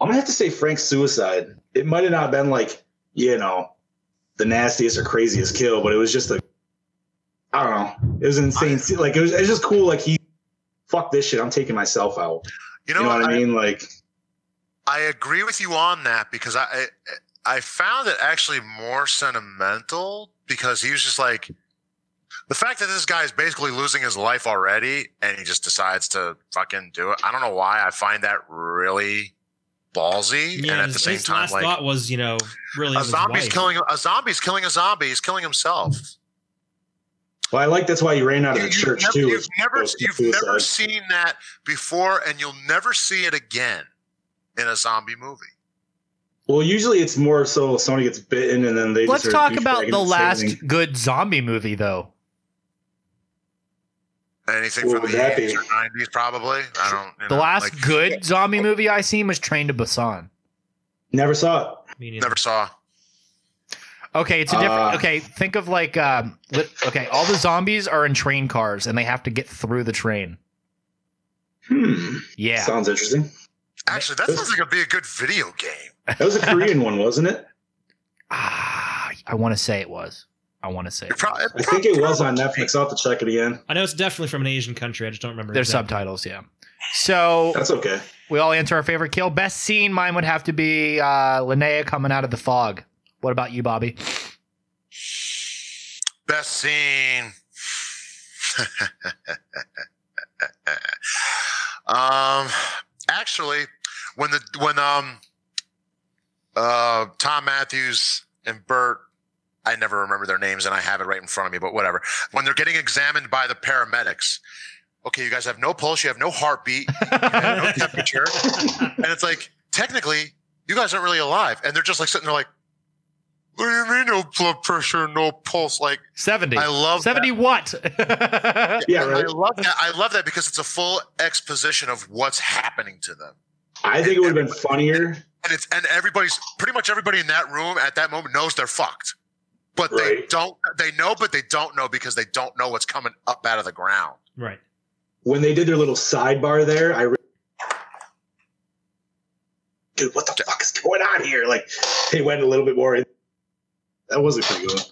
S6: I'm gonna have to say Frank's suicide. It might have not been like you know, the nastiest or craziest kill, but it was just a. I don't know. It was insane. scene. Like it was, it was just cool. Like he, fuck this shit. I'm taking myself out.
S7: You know,
S6: what I,
S7: I-
S6: mean? Like
S7: I agree with you on that because I I, I found it actually more sentimental because he was just like the fact that this guy is basically losing his life already and he just decides to fucking do it. I don't know why. I find that really ballsy and at
S5: his-
S7: the same
S5: his
S7: time
S5: last
S7: like
S5: thought was you know really
S7: a
S5: his
S7: zombie's
S5: wife.
S7: killing a zombie's killing a zombie. He's killing himself.
S6: Well, I like that's why he ran out of the church
S7: Never-
S6: too.
S7: you've never
S6: Those
S7: you've
S6: suicides.
S7: never seen that before, and you'll never see it again in a zombie movie.
S6: Well, usually it's more so somebody gets bitten and then they.
S4: Let's
S6: just are a
S4: talk
S6: douchebag
S4: about
S6: and
S4: the
S6: it's
S4: last
S6: saving-
S4: good zombie movie though.
S7: Anything
S6: What
S7: from
S6: would
S7: the
S6: that
S7: 80s
S6: be?
S7: or 90s, probably. I don't. you
S4: The
S7: know,
S4: last
S7: like,
S4: good zombie movie I seen was Train to Busan.
S6: Never saw it.
S7: never saw.
S4: Okay, it's a different.
S6: Uh,
S4: okay, think of like um, lit, okay, all the zombies are in train cars and they have to get through the train.
S6: Hmm.
S4: Yeah,
S6: Sounds interesting.
S7: Actually, that sounds like it'd be a good video game.
S6: That was a Korean one, wasn't it?
S4: Ah, I, want to say it was. I want to say it.
S7: Probably,
S6: I think it was on Netflix. I'll have to check it again.
S5: I know it's definitely from an Asian country. I just don't remember.
S4: There's
S5: exactly.
S4: subtitles, yeah. So
S6: That's okay.
S4: we all answer our favorite kill. Best scene, mine would have to be uh, Linnea coming out of the fog. What about you, Bobby?
S7: Best scene. <laughs> um, actually, when the when um uh Tom Matthews and Bert, I never remember their names, and I have it right in front of me, but whatever. When they're getting examined by the paramedics, okay, you guys have no pulse, you have no heartbeat, you have no temperature, and it's like technically you guys aren't really alive, and they're just like sitting there like. What do you mean no blood pressure, no pulse? Like
S4: 70.
S7: I love that.
S4: 70 what? <laughs>
S6: Yeah,
S7: I
S6: right.
S7: love that. I love that because it's a full exposition of what's happening to them,
S6: I think it would have been funnier.
S7: and it's and everybody's pretty much everybody in that room at that moment knows they're fucked, but they
S6: Right.
S7: don't. They know, but they don't know because they don't know what's coming up out of the ground.
S5: right.
S6: When they did their little sidebar there, I. Re- Dude, what the fuck is going on here? Like, they went a little bit more. in- That was a pretty good one.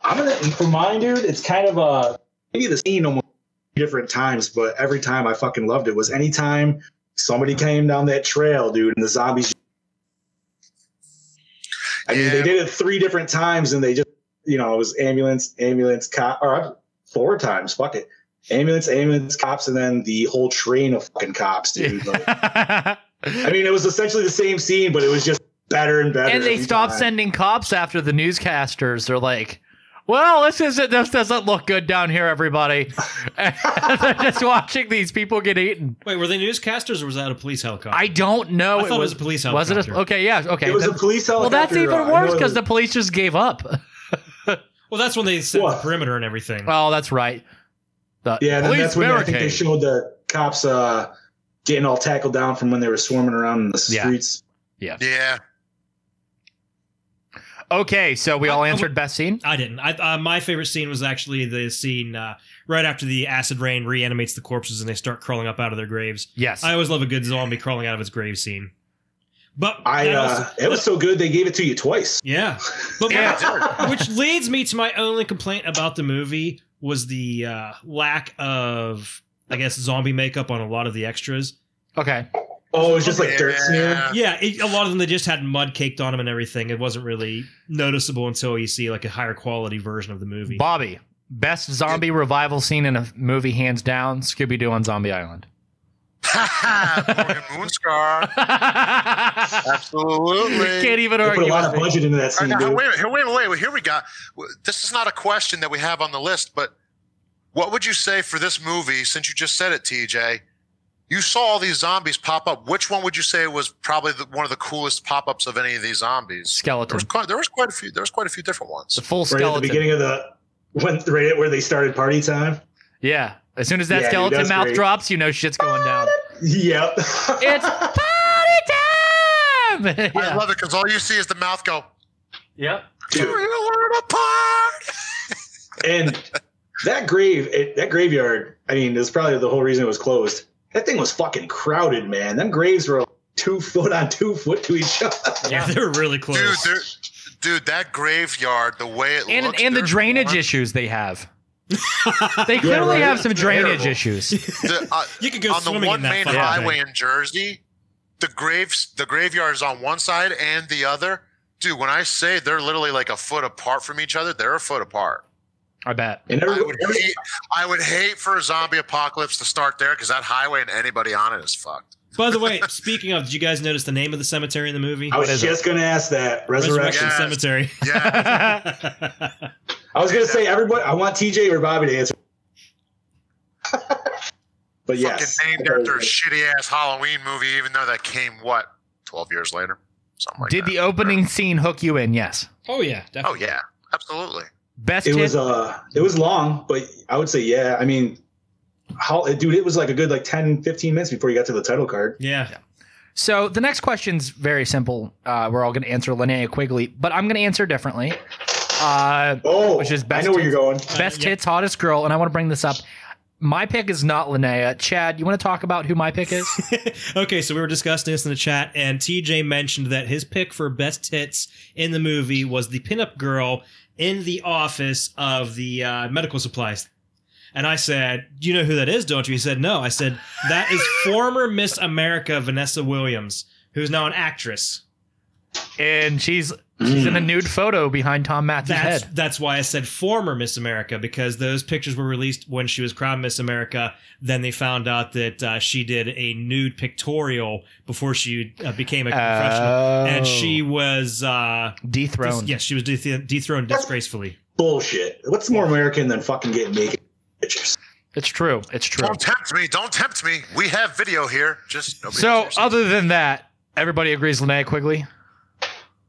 S6: I'm gonna for mine, dude. It's kind of a maybe the scene almost different times, but every time I fucking loved it was anytime somebody came down that trail, dude, and the zombies. I mean, they did it three different times, and they just, you know, it was ambulance, ambulance, cop, or four times. Fuck it, ambulance, ambulance, cops, and then the whole train of fucking cops, dude. Like,
S4: <laughs>
S6: I mean, it was essentially the same scene, but it was just better and better.
S4: and they
S6: every
S4: stopped
S6: time.
S4: sending cops after the newscasters. They're like, "Well, this isn't. This doesn't look good down here, everybody." <laughs> And they're just watching these people get eaten.
S5: Wait, were they newscasters or was that a police helicopter?
S4: I don't know.
S5: I thought it was a police
S4: Was it?
S5: helicopter.
S4: A, okay, yeah, okay.
S6: It was a
S4: That-
S6: police
S4: Well, that's
S6: helicopter, uh,
S4: even
S6: I
S4: worse
S6: know it
S4: because
S6: was-
S4: the police just gave
S6: <laughs>
S4: up.
S5: Well, that's when they set the perimeter and everything.
S4: Oh, that's right. The
S6: Yeah, and then
S4: police
S6: that's when I think they
S4: barricade.
S6: showed the cops uh, getting all tackled down from when they were swarming around in the
S4: Yeah.
S6: streets.
S4: Yeah.
S7: Yeah.
S4: Okay, so we all answered best scene.
S5: I didn't. I, uh, my favorite scene was actually the scene uh, right after the acid rain reanimates the corpses and they start crawling up out of their graves.
S4: Yes.
S5: I always love a good zombie crawling out of its grave scene. But
S6: I
S5: that
S6: uh,
S5: also-
S6: it was so good they gave it to you twice.
S5: yeah,
S6: <laughs>
S4: <laughs>
S5: but my- which leads me to my only complaint about the movie was the uh, lack of, I guess, zombie makeup on a lot of the extras.
S4: Okay.
S6: Oh, it was just like dirt smear.
S5: Yeah, it, a lot of them they just had mud caked on them and everything. It wasn't really noticeable until you see like a higher quality version of the movie. <laughs>
S4: Bobby, best zombie revival scene in a movie, hands down. Scooby Doo on Zombie
S6: <laughs>
S4: Island.
S7: <laughs>
S4: <laughs>
S7: Morgan Moonscar. Absolutely.
S4: <laughs> Can't even
S6: They put
S4: argue.
S6: a lot
S4: with
S6: of
S4: it.
S6: budget into that scene,
S7: All right, now,
S6: dude.
S7: wait, a minute, here- wait, wait, wait, Here we got. w- This is not a question that we have on the list, but what would you say for this movie? Since you just said it, TJ, you saw all these zombies pop up. Which one would you say was probably the, one of the coolest pop ups of any of these zombies? There
S4: Skeleton.
S7: was quite, there was quite a few. There was quite a few different ones.
S4: The full
S6: Right at the
S4: skeleton.
S6: beginning of the when right at where they started party time. <laughs>
S4: yeah. As soon as that
S6: Yeah, dude,
S4: skeleton
S6: that's
S4: mouth
S6: great.
S4: drops, you know shit's going down.
S6: Yep.
S4: it's party
S6: <laughs>
S4: time.
S7: I
S4: yeah.
S7: love it because all you see is the mouth go.
S12: Yep.
S7: We're
S6: Dude,
S7: a party.
S6: and that grave, it, that graveyard. I mean, it's probably the whole reason it was closed. That thing was fucking crowded, man. Them graves were two foot on two foot to each other.
S5: Yeah, they were really close.
S7: dude. there- Dude, that graveyard, the way it
S4: And
S7: looks,
S4: and the
S7: there's
S4: drainage
S7: one-
S4: issues they have. they clearly
S6: right.
S4: have some drainage
S7: Terrible. <laughs>
S4: issues.
S7: the, uh,
S5: You could go
S7: on the
S5: swimming
S7: one
S5: in that
S7: main
S5: fucking
S7: highway in Jersey. The graves, the graveyard is on one side and the other. Dude, when I say they're literally like a foot apart from each other, they're a foot apart.
S4: I bet.
S6: And
S7: I
S6: every,
S7: would hate, I would hate for a zombie apocalypse to start there because that highway and anybody on it is fucked.
S5: By the way, speaking of, did you guys notice the name of the cemetery in the movie?
S6: I was
S4: is it?
S6: just gonna ask that
S5: Resurrection
S6: resurrection.
S7: Yes. <laughs> Oh,
S5: Cemetery.
S7: Yeah,
S6: I was gonna say everybody. I want TJ or Bobby to answer. <laughs> but yes,
S7: fucking named after a shitty ass Halloween movie, even though that came what twelve years later, something like
S4: Did
S7: that.
S4: the opening scene hook you in? Yes.
S5: oh yeah, definitely.
S7: oh yeah, absolutely.
S4: Best
S6: it
S4: hit-
S6: was uh, it was long, but I would say yeah. I mean, how dude, it was like a good like 10, 15 minutes before you got to the title
S7: Oh,
S6: card.
S5: Yeah.
S4: So the next question's very simple. Uh, we're all going to answer Linnea Quigley, but I'm going to answer differently. Uh,
S6: Oh,
S4: Which is
S6: I
S4: best
S6: know where you're going.
S4: best
S5: Uh, yeah.
S4: hits, hottest girl, and I want to bring this up. My pick is not Linnea. Chad, you want to talk about who my pick is?
S5: <laughs> okay, so we were discussing this in the chat, and TJ mentioned that his pick for best hits in the movie was the pinup girl in the office of the uh, medical supplies. And I said, "You know who that is, don't you?" He said, "No." I said, "That is former Miss America Vanessa Williams, who's now an actress."
S4: and she's she's in a nude photo behind Tom Matthews'
S5: That's
S4: head.
S5: that's why I said former Miss America because those pictures were released when she was crowned Miss America. Then they found out that uh, she did a nude pictorial before she uh, became
S4: Oh.
S5: a professional, and she was uh, dis-
S4: dethroned.
S5: yes, she was deth- dethroned disgracefully.
S6: Bullshit. What's more American than fucking getting naked? Pictures.
S4: It's true. It's true.
S7: Don't tempt me. Don't tempt me. We have video here. Just nobody
S4: So
S7: cares.
S4: other than that, everybody agrees Linnea Quigley.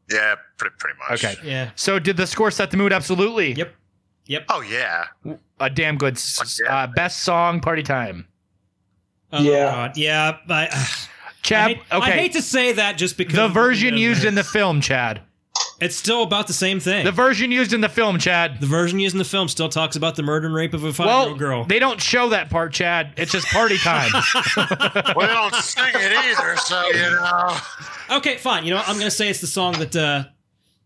S7: yeah, pretty pretty much.
S4: Okay.
S5: Yeah,
S4: So did the score set the mood? Absolutely.
S5: Yep.
S7: Oh yeah.
S4: A damn good s-
S7: Yeah.
S4: uh, best song. Party time.
S5: Oh,
S6: Yeah.
S5: God. yeah. uh, I, I,
S4: Chad.
S5: hate, I
S4: okay.
S5: hate to say that just because
S4: the version used in the film, Chad.
S5: <laughs> it's still about the same thing.
S4: The
S5: The,
S4: version used in the film, Chad.
S5: version used in the film still talks about the murder and rape of a
S4: Well,
S5: five-year-old girl.
S4: they don't show that part, Chad. It's just party
S5: <laughs>
S4: time.
S7: Well, they don't sing it either, so you know.
S5: Okay, fine. You know, what? I'm going to say it's the song that uh,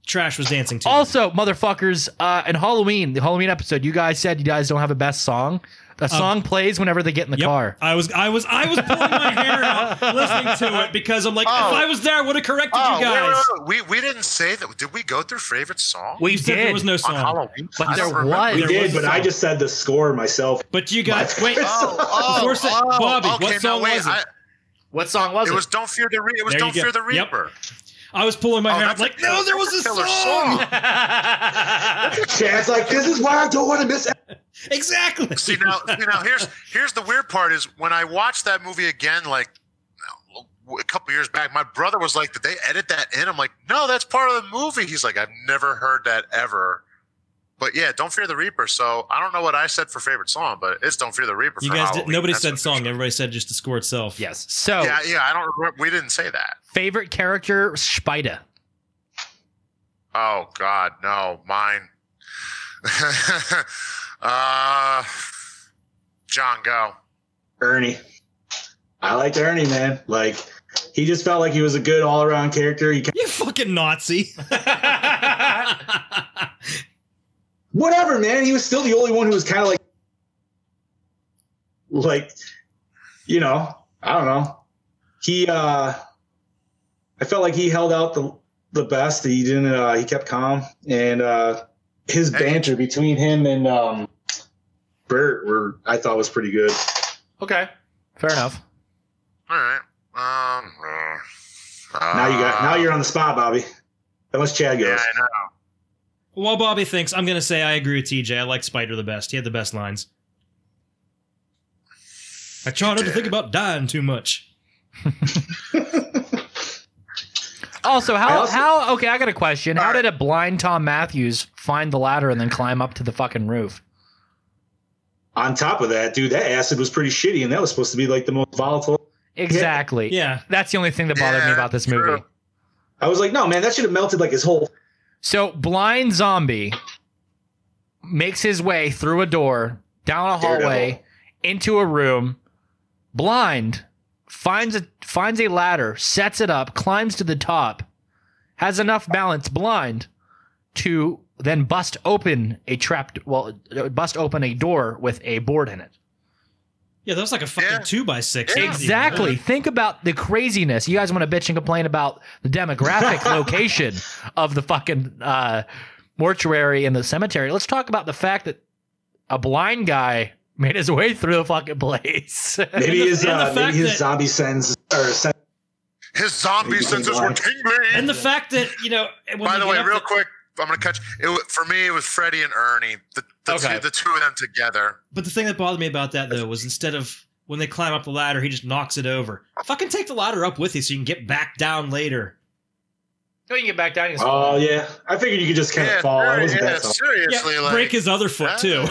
S5: Trash was dancing too.
S4: Also, motherfuckers, uh, in Halloween, the Halloween episode, you guys said you guys don't have a best song. A song plays whenever they get in the car.
S5: I was, I was, I was pulling my hair out listening to it because I'm like, if I was there, I would have corrected
S7: Oh,
S5: you
S7: wait,
S5: guys.
S7: wait, wait, We we didn't say that. Did we go through favorite song?
S5: We You said there did. was no song.
S7: on Halloween.
S4: But
S7: I
S4: there
S7: don't remember.
S4: was.
S6: We
S5: There
S6: did,
S5: was
S6: but
S5: some.
S6: I just said the score myself.
S5: But you guys, wait.
S7: Oh, oh,
S5: <laughs> Before sa-
S7: oh,
S5: Bobby,
S7: okay,
S5: what song
S7: no, wait,
S5: was it?
S7: I,
S4: What song was
S7: it
S4: it?
S7: was "Don't Fear the Re- It was
S5: There you
S7: "Don't
S5: go.
S7: Fear the
S5: Yep.
S7: Reaper."
S5: I was pulling my
S7: Oh,
S5: hair. I'm
S7: that's a
S5: like,
S7: killer-
S5: no, there was
S7: that's
S5: a
S7: killer
S5: song.
S7: song.
S6: Chad's like, this is why I don't want to miss. it."
S5: <laughs> exactly.
S7: See
S5: <laughs>
S7: now, see now. Here's here's the weird part is when I watched that movie again, like a couple years back, my brother was like, "Did they edit that in?" I'm like, "No, that's part of the movie." He's like, "I've never heard that ever." But yeah, "Don't Fear the Reaper." So I don't know what I said for favorite song, but it's "Don't Fear the Reaper."
S5: You
S7: for
S5: guys, did,
S7: Halloween.
S5: nobody
S7: That's
S5: said
S7: what-
S5: song. Everybody said just the score itself.
S4: yes. So,
S7: Yeah, yeah. I don't. remember- We didn't say that.
S4: favorite character, Spida.
S7: Oh God, no, mine. <laughs> uh, John, go.
S6: Ernie. I liked Ernie, man. Like he just felt like he was a good all around character. He
S5: You fucking Nazi. <laughs>
S6: whatever, man. He was still the only one who was kind of like, like, you know, I don't know. He, uh, I felt like he held out the the best. He didn't. Uh, he kept calm, and uh, his banter between him and um, Bert were I thought was pretty good.
S4: Okay. Fair enough.
S7: All right. Um. uh,
S6: Now you got. Now you're on the spot, Bobby. Unless Chad goes.
S7: Yeah, I know.
S5: While Bobby thinks, I'm going to say I agree with TJ. I like Spider the best. He had the best lines. I try not to think about dying too much.
S4: Also,
S6: I
S4: how
S6: also-
S4: how okay? I got a question. How
S7: All right.
S4: did a blind Tom Matthews find the ladder and then climb up to the fucking roof?
S6: On top of that, dude, that acid was pretty shitty, and that was supposed to be like the most volatile.
S4: Exactly.
S5: Yeah.
S4: That's the only thing that bothered me
S7: Yeah,
S4: about this
S7: true.
S4: movie.
S6: I was like, no, man, that should have melted like his whole
S4: So blind zombie makes his way through a door, down a hallway,
S6: Daredevil.
S4: into a room. Blind finds a finds a ladder, sets it up, climbs to the top, has enough balance. Blind to then bust open a trap. Well, bust open a door with a board in it.
S5: Yeah, that was like a fucking
S7: Yeah.
S5: two by six.
S7: Yeah.
S4: Exactly. Think about the craziness. You guys want to bitch and complain about the
S5: <laughs>
S4: demographic location of the fucking uh, mortuary and the cemetery. Let's talk about the fact that a blind guy made his way through the fucking place. <laughs>
S6: Maybe
S5: And the-
S6: his
S5: and the
S6: uh, maybe
S5: fact
S6: his
S5: that-
S6: zombie sends or send,
S7: His zombie
S6: Maybe
S7: senses
S6: why.
S7: were tingling.
S5: And the fact that, you know, when
S7: By
S5: they
S7: the
S5: get
S7: way,
S5: up
S7: real
S5: to-
S7: quick, I'm gonna catch it. wa- For me, it was Freddie and Ernie. The the,
S4: Okay.
S7: two, the two of them together.
S5: But the thing that bothered me about that though was instead of when they climb up the ladder, he just knocks it over. Fucking take the ladder up with you so you can get back down later.
S4: you can get back down.
S6: Oh yeah, I figured you could just kind of
S7: Yeah,
S6: fall. I
S7: seri-
S6: wasn't
S7: yeah,
S6: that tough.
S7: seriously.
S5: Yeah,
S7: like,
S5: break his other foot too.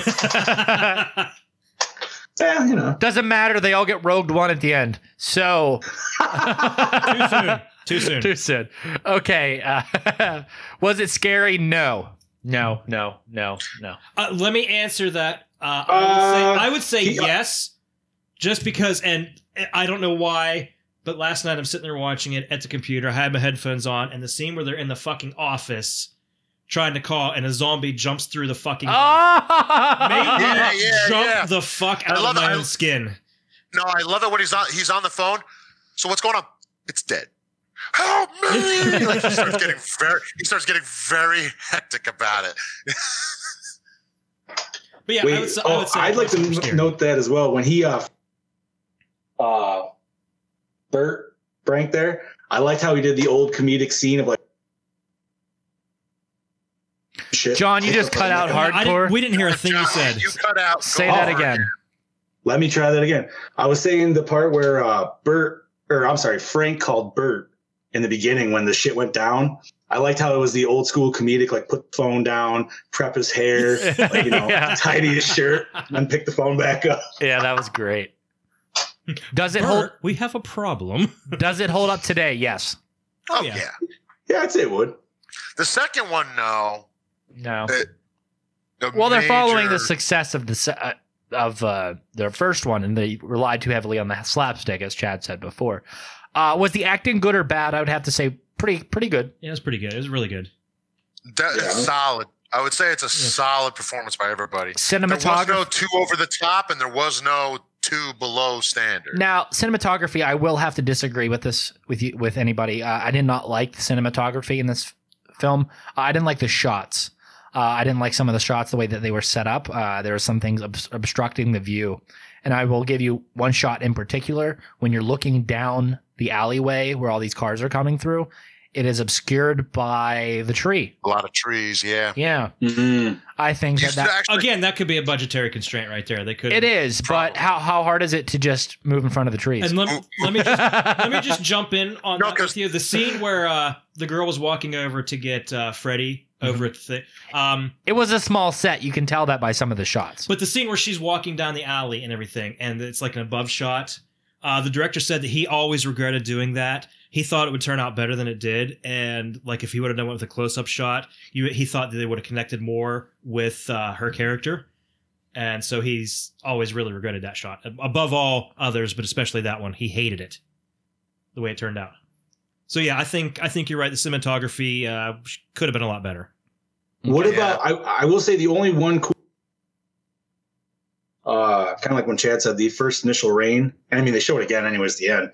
S6: Yeah, you
S5: <laughs>
S6: know.
S4: Doesn't matter. They all get rogued one at the end. So
S5: too <laughs> soon. Too
S4: <laughs>
S5: soon.
S4: Too soon. Okay. Uh, <laughs> was it scary? No. No. No. No. No.
S5: Uh, let me answer that. Uh, I would say, I would say
S6: Uh, he-
S5: yes, just because, and eh, I don't know why, but last night I'm sitting there watching it at the computer. I had my headphones on, and the scene where they're in the fucking office trying to call, and a zombie jumps through the fucking. <laughs>
S4: Oh!
S5: Made me
S7: Yeah, yeah,
S5: jump
S7: yeah.
S5: the fuck
S7: I
S5: out of
S7: love it.
S5: my
S7: I-
S5: own skin.
S7: No, I love it when he's on. He's on the phone. So what's going on? It's dead. Help
S5: <laughs>
S7: me! Like he starts getting very. He starts getting very hectic about it.
S5: But yeah,
S6: Wait,
S5: I would, s- I
S6: oh,
S5: would say
S6: I'd like to
S5: I'm scared.
S6: n- note that as well. When he uh, uh, Bert Brank there, I liked how he did the old comedic scene of like. Shit.
S4: John, you just cut out
S5: I didn't-
S4: hardcore.
S5: we didn't hear a thing you
S7: John,
S5: said.
S7: You cut out.
S4: <laughs>
S7: Go
S4: Say that
S5: Oh.
S7: over
S4: again.
S6: Let me try that again. I was saying the part where uh, Bert, or I'm sorry, Frank called Bert in the beginning when the shit went down. I liked how it was the old school comedic, like put the phone down, prep his hair, like, you know,
S4: Yeah.
S6: tidy his shirt, and pick the phone back up.
S4: Yeah, that was great. Does it
S5: Bert,
S4: hold?
S5: we have a problem. <laughs>
S4: Does it hold up today? Yes.
S7: Oh,
S5: yeah.
S7: yeah.
S6: Yeah, I'd say it would.
S7: The second one, no.
S4: No.
S7: The
S4: Well, they're following the
S7: major-
S4: success of the se- uh, of uh, their first one, and they relied too heavily on the slapstick, as Chad said before. Uh, was the acting good or bad? I would have to say pretty pretty good.
S5: Yeah, it was pretty good. It was really good.
S7: That is
S6: Yeah.
S7: solid. I would say it's a solid performance by everybody. There
S4: Cinematography-
S7: was no two over the top, and there was no two below standard.
S4: Now, cinematography, I will have to disagree with this with you with anybody. Uh, I did not like the cinematography in this f- film. Uh, I didn't like the shots. Uh, I didn't like some of the shots the way that they were set up. Uh, there were some things obs- obstructing the view, and I will give you one shot in particular when you're looking down the alleyway where all these cars are coming through. It is obscured by the tree.
S7: A lot of trees, yeah.
S4: Yeah, I think that, that
S5: again, that could be a budgetary constraint right there. They could.
S4: it is. But how how hard is it to just move in front of the trees?
S5: And let, let me just let
S4: <laughs>
S5: me just jump in on that with you. The scene where uh, the girl was walking over to get uh, Freddy over at the thing. Um,
S4: It was a small set. You can tell that by some of the shots.
S5: But the scene where she's walking down the alley and everything, and it's like an above shot. Uh, the director said that he always regretted doing that. He thought it would turn out better than it did, and like if he would have done it with a close up shot, you, he thought that they would have connected more with uh, her character, and so he's always really regretted that shot above all others, but especially that one. He hated it the way it turned out. So yeah, I think I think you're right. The cinematography uh, could have been a lot better.
S6: What about I, I will say the only one cool uh kind of like when Chad said the first initial rain, and I mean they show it again anyways at the end,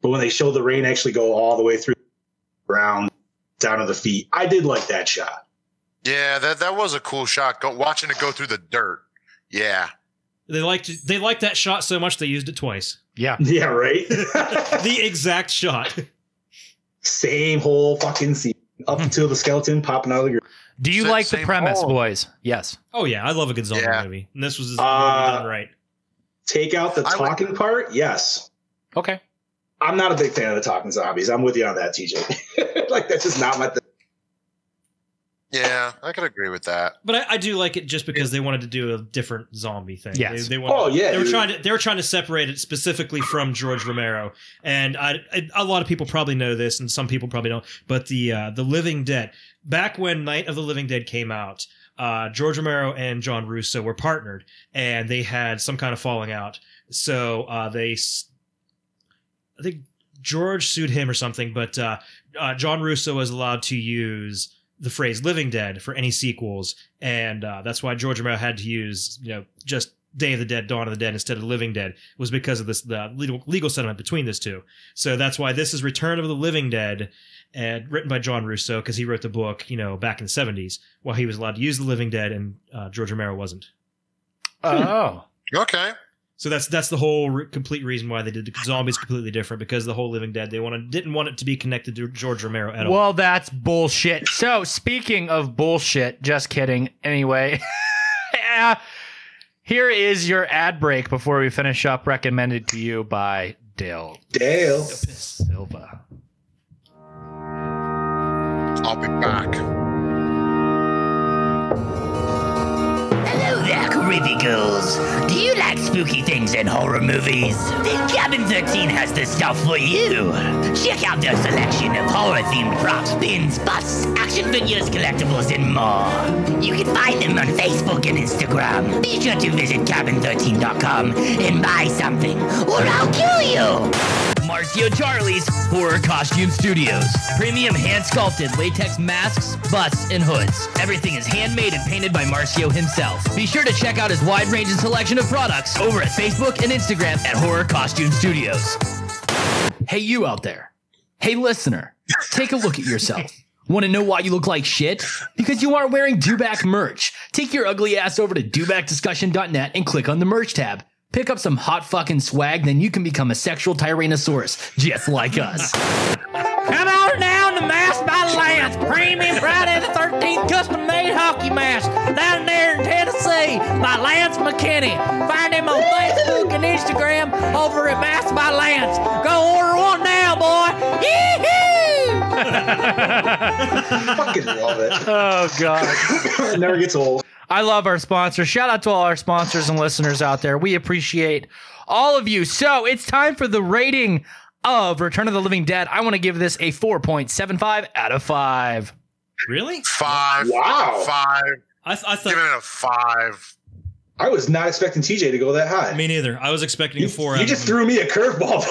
S6: but when they show the rain actually go all the way through the ground down to the feet, I did like that shot. <laughs>
S7: Yeah, that that was a cool shot. Go, watching it go through the dirt. Yeah.
S5: They liked they liked that shot so much they used it twice.
S4: Yeah.
S6: Yeah,
S5: <laughs>
S6: right?
S5: the exact shot. <laughs>
S6: Same whole fucking scene. Up
S5: Hmm.
S6: until the skeleton popping out of the ground.
S4: Do you like the premise, boys? Yes.
S5: Oh yeah, I love a good zombie
S6: Yeah.
S5: movie. And this was his
S6: Uh,
S5: done right.
S6: Take out the
S5: I like-
S6: talking part, yes.
S4: Okay.
S6: I'm not a big fan of the talking zombies. I'm with you on that, TJ. <laughs> like that's just not my thing.
S7: Yeah, I could agree with that.
S5: But I, I do like it just because they wanted to do a different zombie thing.
S7: Yes.
S5: They, they wanted,
S7: Oh, yeah,
S5: They were
S7: dude.
S5: trying to they were trying to separate it specifically from George Romero. And I, I a lot of people probably know this, and some people probably don't. But the uh, the Living Dead, back when Night of the Living Dead came out, uh, George Romero and John Russo were partnered, and they had some kind of falling out. So uh, they s- I think George sued him or something, but uh, uh, John Russo was allowed to use the phrase "Living Dead" for any sequels, and uh, that's why George Romero had to use you know just Day of the Dead, Dawn of the Dead instead of Living Dead was because of this the legal, legal settlement between those two. So that's why this is Return of the Living Dead, and written by John Russo because he wrote the book you know back in the seventies, while he was allowed to use the Living Dead and uh, George Romero wasn't.
S4: <laughs> Oh.
S7: Okay.
S5: So that's that's the whole re- complete reason why they did the zombies completely different because the whole Living Dead they wanted didn't want it to be connected to George Romero at all.
S4: Well, that's bullshit. So, speaking of bullshit, just kidding. Anyway, <laughs> yeah, here is your ad break before we finish up. Recommended to you by Dale.
S5: <laughs>
S6: Dale
S4: Silva.
S7: I'll be back.
S13: Hello there, Caribicals. Do you like spooky things and horror movies? Then Cabin 13 has the stuff for you. Check out their selection of horror-themed props, pins, busts, action figures, collectibles, and more. You can find them on Facebook and Instagram. Be sure to visit cabin13.com and buy something, or I'll kill you! Marcio Charlie's Horror Costume Studios. Premium hand sculpted latex masks, busts, and hoods. Everything is handmade and painted by Marcio himself. Be sure to check out his wide range and selection of products over at Facebook and Instagram at Horror Costume Studios.
S14: Hey, you out there. Hey, listener, take a look at yourself. Want to know why you look like shit? Because you aren't wearing Dubac merch. Take your ugly ass over to dubacdiscussion.net and click on the merch tab. Pick up some hot fucking swag, then you can become a sexual tyrannosaurus just like us.
S15: Come on down to Mass by Lance, premium Friday the 13th custom made hockey mask down there in Tennessee by Lance McKinney. Find him on Facebook and Instagram over at Mass by Lance. Go order one now, boy. Yee-hoo!
S6: Fucking love it.
S4: Oh god.
S6: it never gets old.
S4: I love our sponsors. Shout out to all our sponsors and listeners out there. We appreciate all of you. So, it's time for the rating of Return of the Living Dead. I want to give this a 4.75 out of 5.
S5: <laughs> Really?
S7: Five.
S6: Wow.
S7: Five.
S5: I, th- I thought
S7: giving it a five.
S6: I was not expecting TJ to go that high.
S5: Me neither. I was expecting a four.
S6: You
S5: out
S6: just
S5: of-
S6: threw me a curveball.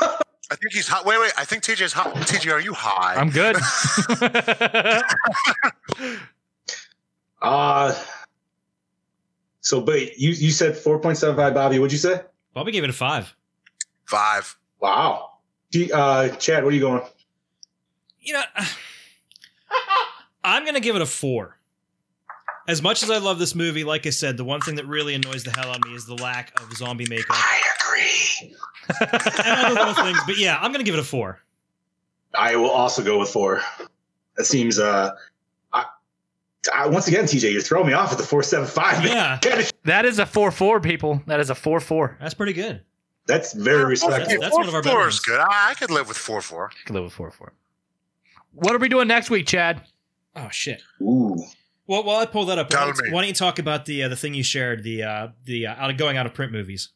S7: I think he's hot. Wait, wait. I think TJ's hot. TJ, are you high?
S4: I'm good.
S6: <laughs> Uh so but you you said 4.75 Bobby, what'd you say?
S5: Bobby gave it a five.
S7: Five.
S6: Wow. D, uh Chad, where are you going?
S5: You know, I'm gonna give it a four. As much as I love this movie, like I said, the one thing that really annoys the hell out of me is the lack of zombie makeup
S7: <laughs>
S6: Agree.
S5: and other little things. But yeah, I'm gonna give it a four.
S6: I will also go with four. That seems uh I, I once again TJ, you're throwing me off at the four seven five.
S5: Yeah.
S4: that is a 4 4, people. That is a 4 4.
S5: That's pretty good.
S6: That's very respectful.
S5: That's one of our better
S7: four is
S5: ones.
S7: good. I, I could live with four four.
S4: I can live with 4 4. What are we doing next week, Chad?
S5: Oh shit.
S6: Ooh.
S5: Well, while I pull that up, why
S7: Tell
S5: don't,
S7: me.
S5: why don't you talk about the uh, the thing you shared the uh, the uh, out of going out of print movies?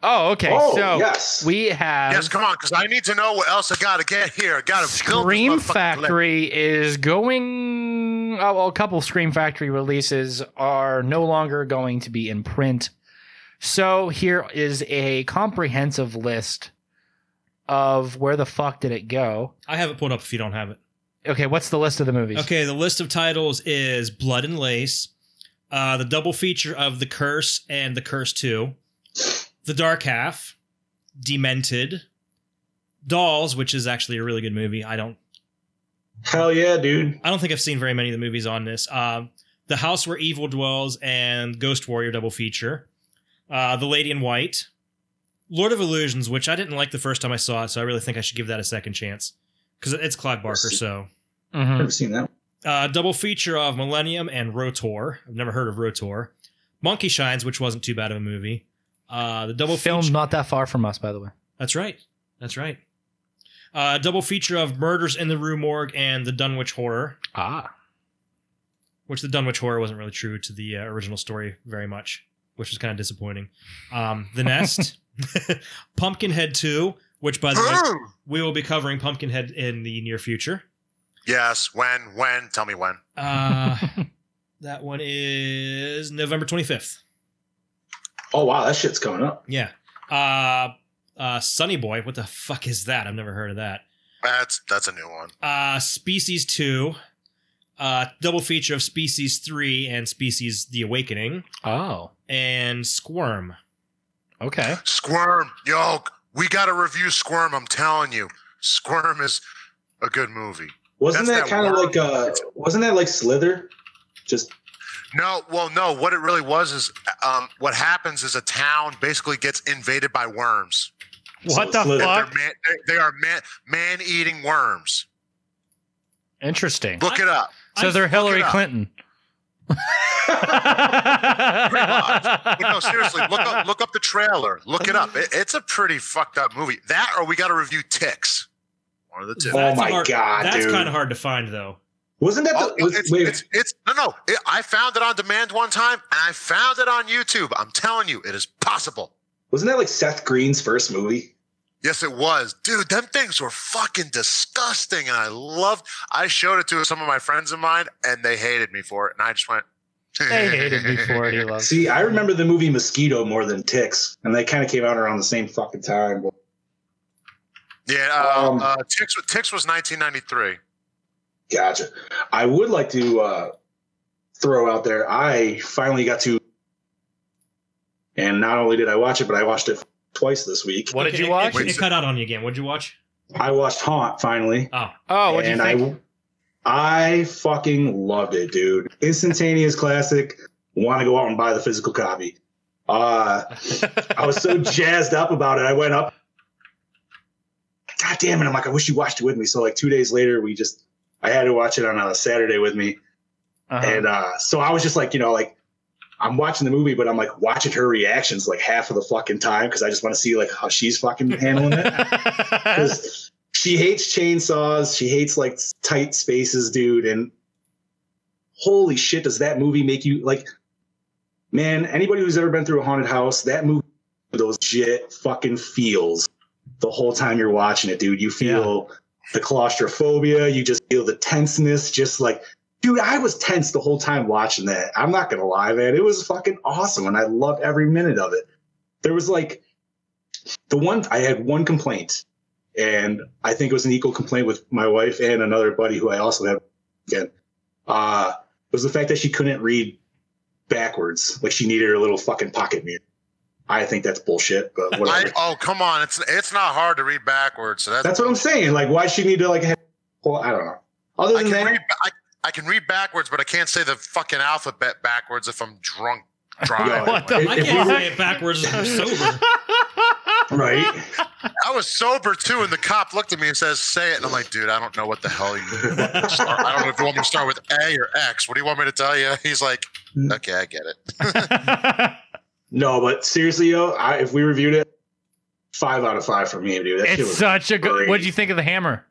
S4: Oh, okay.
S6: Oh,
S4: so
S6: yes.
S4: we have
S7: yes, come on, because I need to know what else I got to get here. Got to build this
S4: Scream
S7: motherfucking list.
S4: Factory is going. Oh, well, a couple Scream Factory releases are no longer going to be in print. So here is a comprehensive list of where the fuck did it go.
S5: I have it pulled up if you don't have it.
S4: Okay, what's the list of the movies?
S5: Okay, the list of titles is Blood and Lace, uh, the double feature of The Curse and The Curse 2, The Dark Half, Demented, Dolls, which is actually a really good movie. I don't
S6: Hell yeah, dude.
S5: I don't think I've seen very many of the movies on this. Uh, the House Where Evil Dwells and Ghost Warrior double feature. Uh, the Lady in White. Lord of Illusions, which I didn't like the first time I saw it, so I really think I should give that a second chance because it's Clive Barker. So
S4: Mhm.
S6: Never seen that.
S5: uh, double feature of Millennium and Rotor. I've never heard of Rotor. Monkey Shines, which wasn't too bad of a movie. Uh, the double
S4: Film
S5: feature.
S4: not that far from us, by the way.
S5: That's right. That's right. Uh, double feature of Murders in the Rue Morgue and The Dunwich Horror.
S4: Ah.
S5: which the Dunwich Horror wasn't really true to the uh, original story very much, which was kind of disappointing. Um, the Nest, <laughs> Pumpkinhead 2, which by the way,
S7: Boom.
S5: we will be covering Pumpkinhead in the near future.
S7: Yes, when? When? Tell me when.
S5: Uh, that one is November 25th.
S6: Oh wow, that shit's coming up.
S5: Yeah. Uh, uh, Sunny Boy, what the fuck is that? I've never heard of that.
S7: That's that's a new one.
S5: Uh, Species 2, uh, double feature of Species 3 and Species The Awakening,
S4: Oh.
S5: and Squirm.
S4: Okay.
S7: Squirm, yo, we got to review Squirm. I'm telling you, Squirm is a good movie.
S6: Wasn't that
S7: That's that
S6: kind of
S7: worm.
S6: like uh wasn't that like Slither? Just
S7: No, well, no. What it really was is, um, what happens is a town basically gets invaded by worms.
S4: What
S6: So
S4: the
S6: it's
S7: They're
S4: fuck?
S7: man, they, they are man, man-eating worms.
S4: Interesting.
S7: Look it up.
S4: So they're Hillary
S7: it up.
S4: Clinton.
S7: But no, seriously, look
S5: <laughs>
S7: up, look up the trailer. Look it up. It- it's a pretty fucked up movie. That, or we got to review Ticks. One of the two.
S6: Oh my
S5: hard-
S6: God,
S5: That's
S6: dude.
S5: kind of hard to find, though.
S6: wasn't that
S7: Oh,
S6: the was,
S7: it's,
S6: wait,
S7: it's, it's no, no. It, I found it on demand one time, and I found it on YouTube. I'm telling you, it is possible.
S6: wasn't that like Seth Green's first movie?
S7: Yes, it was, dude. Them things were fucking disgusting, and I loved. I showed it to some of my friends of mine, and they hated me for it. And I just went,
S4: they hated me for it. He loves.
S6: <laughs> See, I remember the movie Mosquito more than Ticks, and they kind of came out around the same fucking time. But
S7: <laughs> Yeah, uh,
S6: Um,
S7: uh, Tix, Tix was 1993.
S6: gotcha. I would like to uh, throw out there. I finally got to, and not only did I watch it, but I watched it twice this week.
S4: What did
S5: Okay,
S4: you
S5: it-
S4: watch?
S5: It, it cut out on you again. What'd you watch?
S6: I watched Haunt finally.
S5: Oh,
S4: Oh, what do you
S6: and <laughs>
S4: think?
S6: I, I fucking loved it, dude. Instantaneous classic. Want to go out and buy the physical copy. Uh, I
S4: <laughs>
S6: was so jazzed up about it. I went up. God damn it! I'm like, I wish you watched it with me. So like two days later, we just I had to watch it on a Saturday with me,
S4: Uh-huh.
S6: and uh, so I was just like, you know, like I'm watching the movie, but I'm like watching her reactions like half of the fucking time because I just want to see like how she's fucking handling it because she hates chainsaws. She hates like tight spaces, dude. And holy shit, does that movie make you like, man? Anybody who's ever been through a haunted house, that movie those shit fucking feels the whole time you're watching it, dude. You feel the claustrophobia. You just feel the tenseness. Just like, dude, I was tense the whole time watching that. I'm not gonna lie, man. It was fucking awesome, and I loved every minute of it. There was like the one I had one complaint And I think it was an equal complaint with my wife and another buddy who I also have again. Uh, was the fact that she couldn't read backwards. Like she needed her little fucking pocket mirror. I think that's bullshit, but
S7: I,
S6: whatever.
S7: oh come on, it's it's not hard to read backwards. So that's,
S6: that's what I'm saying. Like, why she need to like? Have, well, I don't know. Other
S7: I
S6: than
S7: can
S6: that,
S7: read. I, I can read backwards, but I can't say the fucking alphabet backwards if I'm drunk.
S4: <laughs>
S7: Driving.
S6: <laughs> What the
S5: I
S6: If
S5: can't
S6: we were-
S5: say it backwards. I'm sober.
S7: <laughs>
S6: right?
S7: I was sober too, and the cop looked at me and says, "Say it," and I'm like, "Dude, I don't know what the
S6: <laughs>
S7: hell you. Want me to start. I don't know if you want me to start with A or X. What do you want me to tell you?" He's like,
S6: Mm.
S7: "Okay, I get it."
S6: no, but seriously, yo, I, if we reviewed it, five out of five for me, dude. That
S4: <laughs>
S6: shit
S4: It's
S6: was
S4: such a good.
S6: great.
S4: What did you think of the hammer?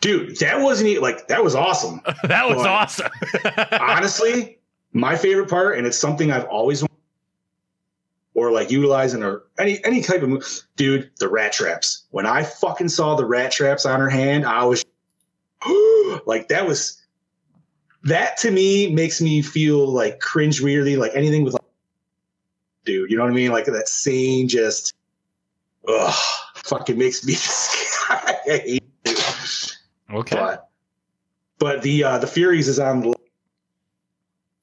S6: dude. That wasn't even like that was awesome.
S4: <laughs> That was
S6: But-
S4: awesome. <laughs>
S6: honestly, my favorite part, and it's something I've always wanted, or like utilizing or any any type of mo- dude, the rat traps. When I fucking saw the rat traps on her hand, I was <gasps> like, that was that to me makes me feel like cringe weirdly, like anything with like, dude, you know what I mean? Like that same just ugh, fucking makes me <laughs> I hate it.
S4: Okay.
S6: But, but the uh the Furies is on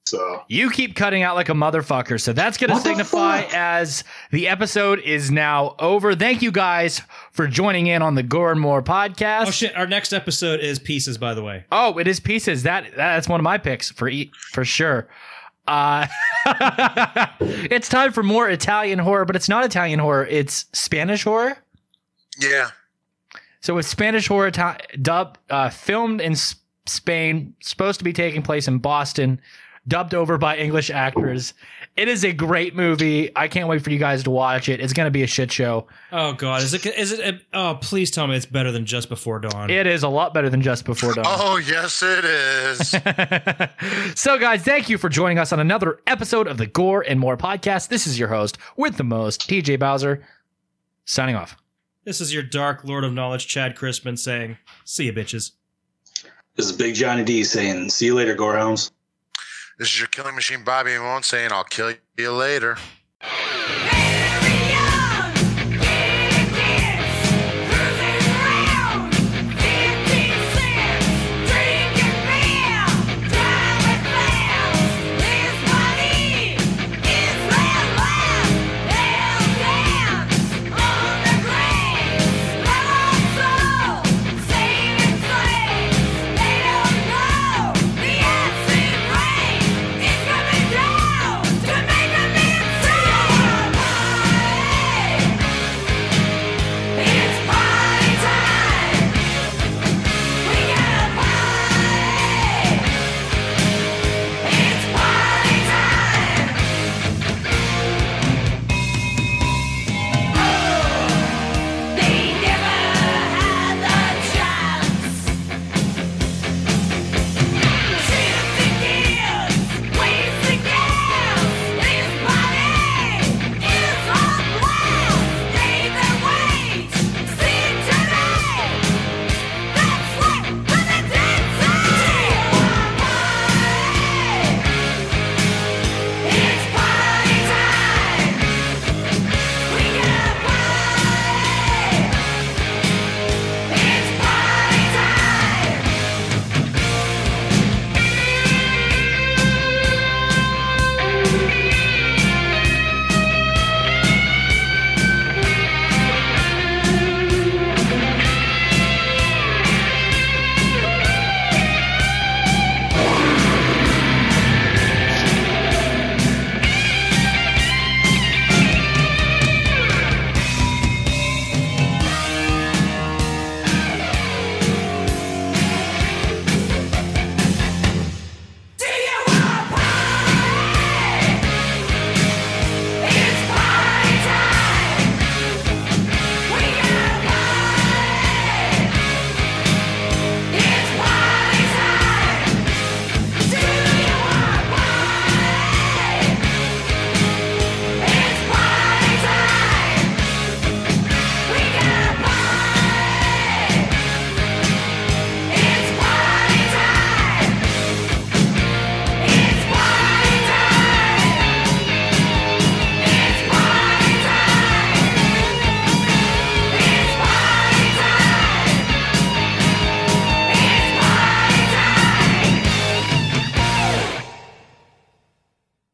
S6: so
S4: You keep cutting out like a motherfucker. So that's going to
S6: What the
S4: signify
S6: fuck?
S4: as the episode is now over. Thank you guys for joining in on the Gore and More podcast.
S5: Oh shit! Our next episode is pieces, by the way.
S4: Oh, it is pieces. That that's one of my picks for e- for sure. Uh, <laughs> it's time for more Italian horror, but it's not Italian horror. It's Spanish horror.
S7: Yeah,
S4: So it's Spanish horror Ita- dub uh, filmed in S- Spain, supposed to be taking place in Boston, dubbed over by English actors. It is a great movie. I can't wait for you guys to watch it. It's going to be a shit show.
S5: Oh god, is it? Is it? Oh, please tell me it's better than Just Before Dawn.
S4: It is a lot better than Just Before Dawn.
S7: Oh yes, it is.
S4: <laughs>
S7: <laughs>
S4: So, guys, thank you for joining us on another episode of the Gore and More podcast. This is your host with the most, TJ Bowser, signing off.
S5: This is your Dark Lord of Knowledge, Chad Crispin, saying, "See ya, bitches."
S6: This is Big Johnny D saying, "See you later, Gore Helms."
S7: this is your killing machine, Bobby and saying, "I'll kill you later."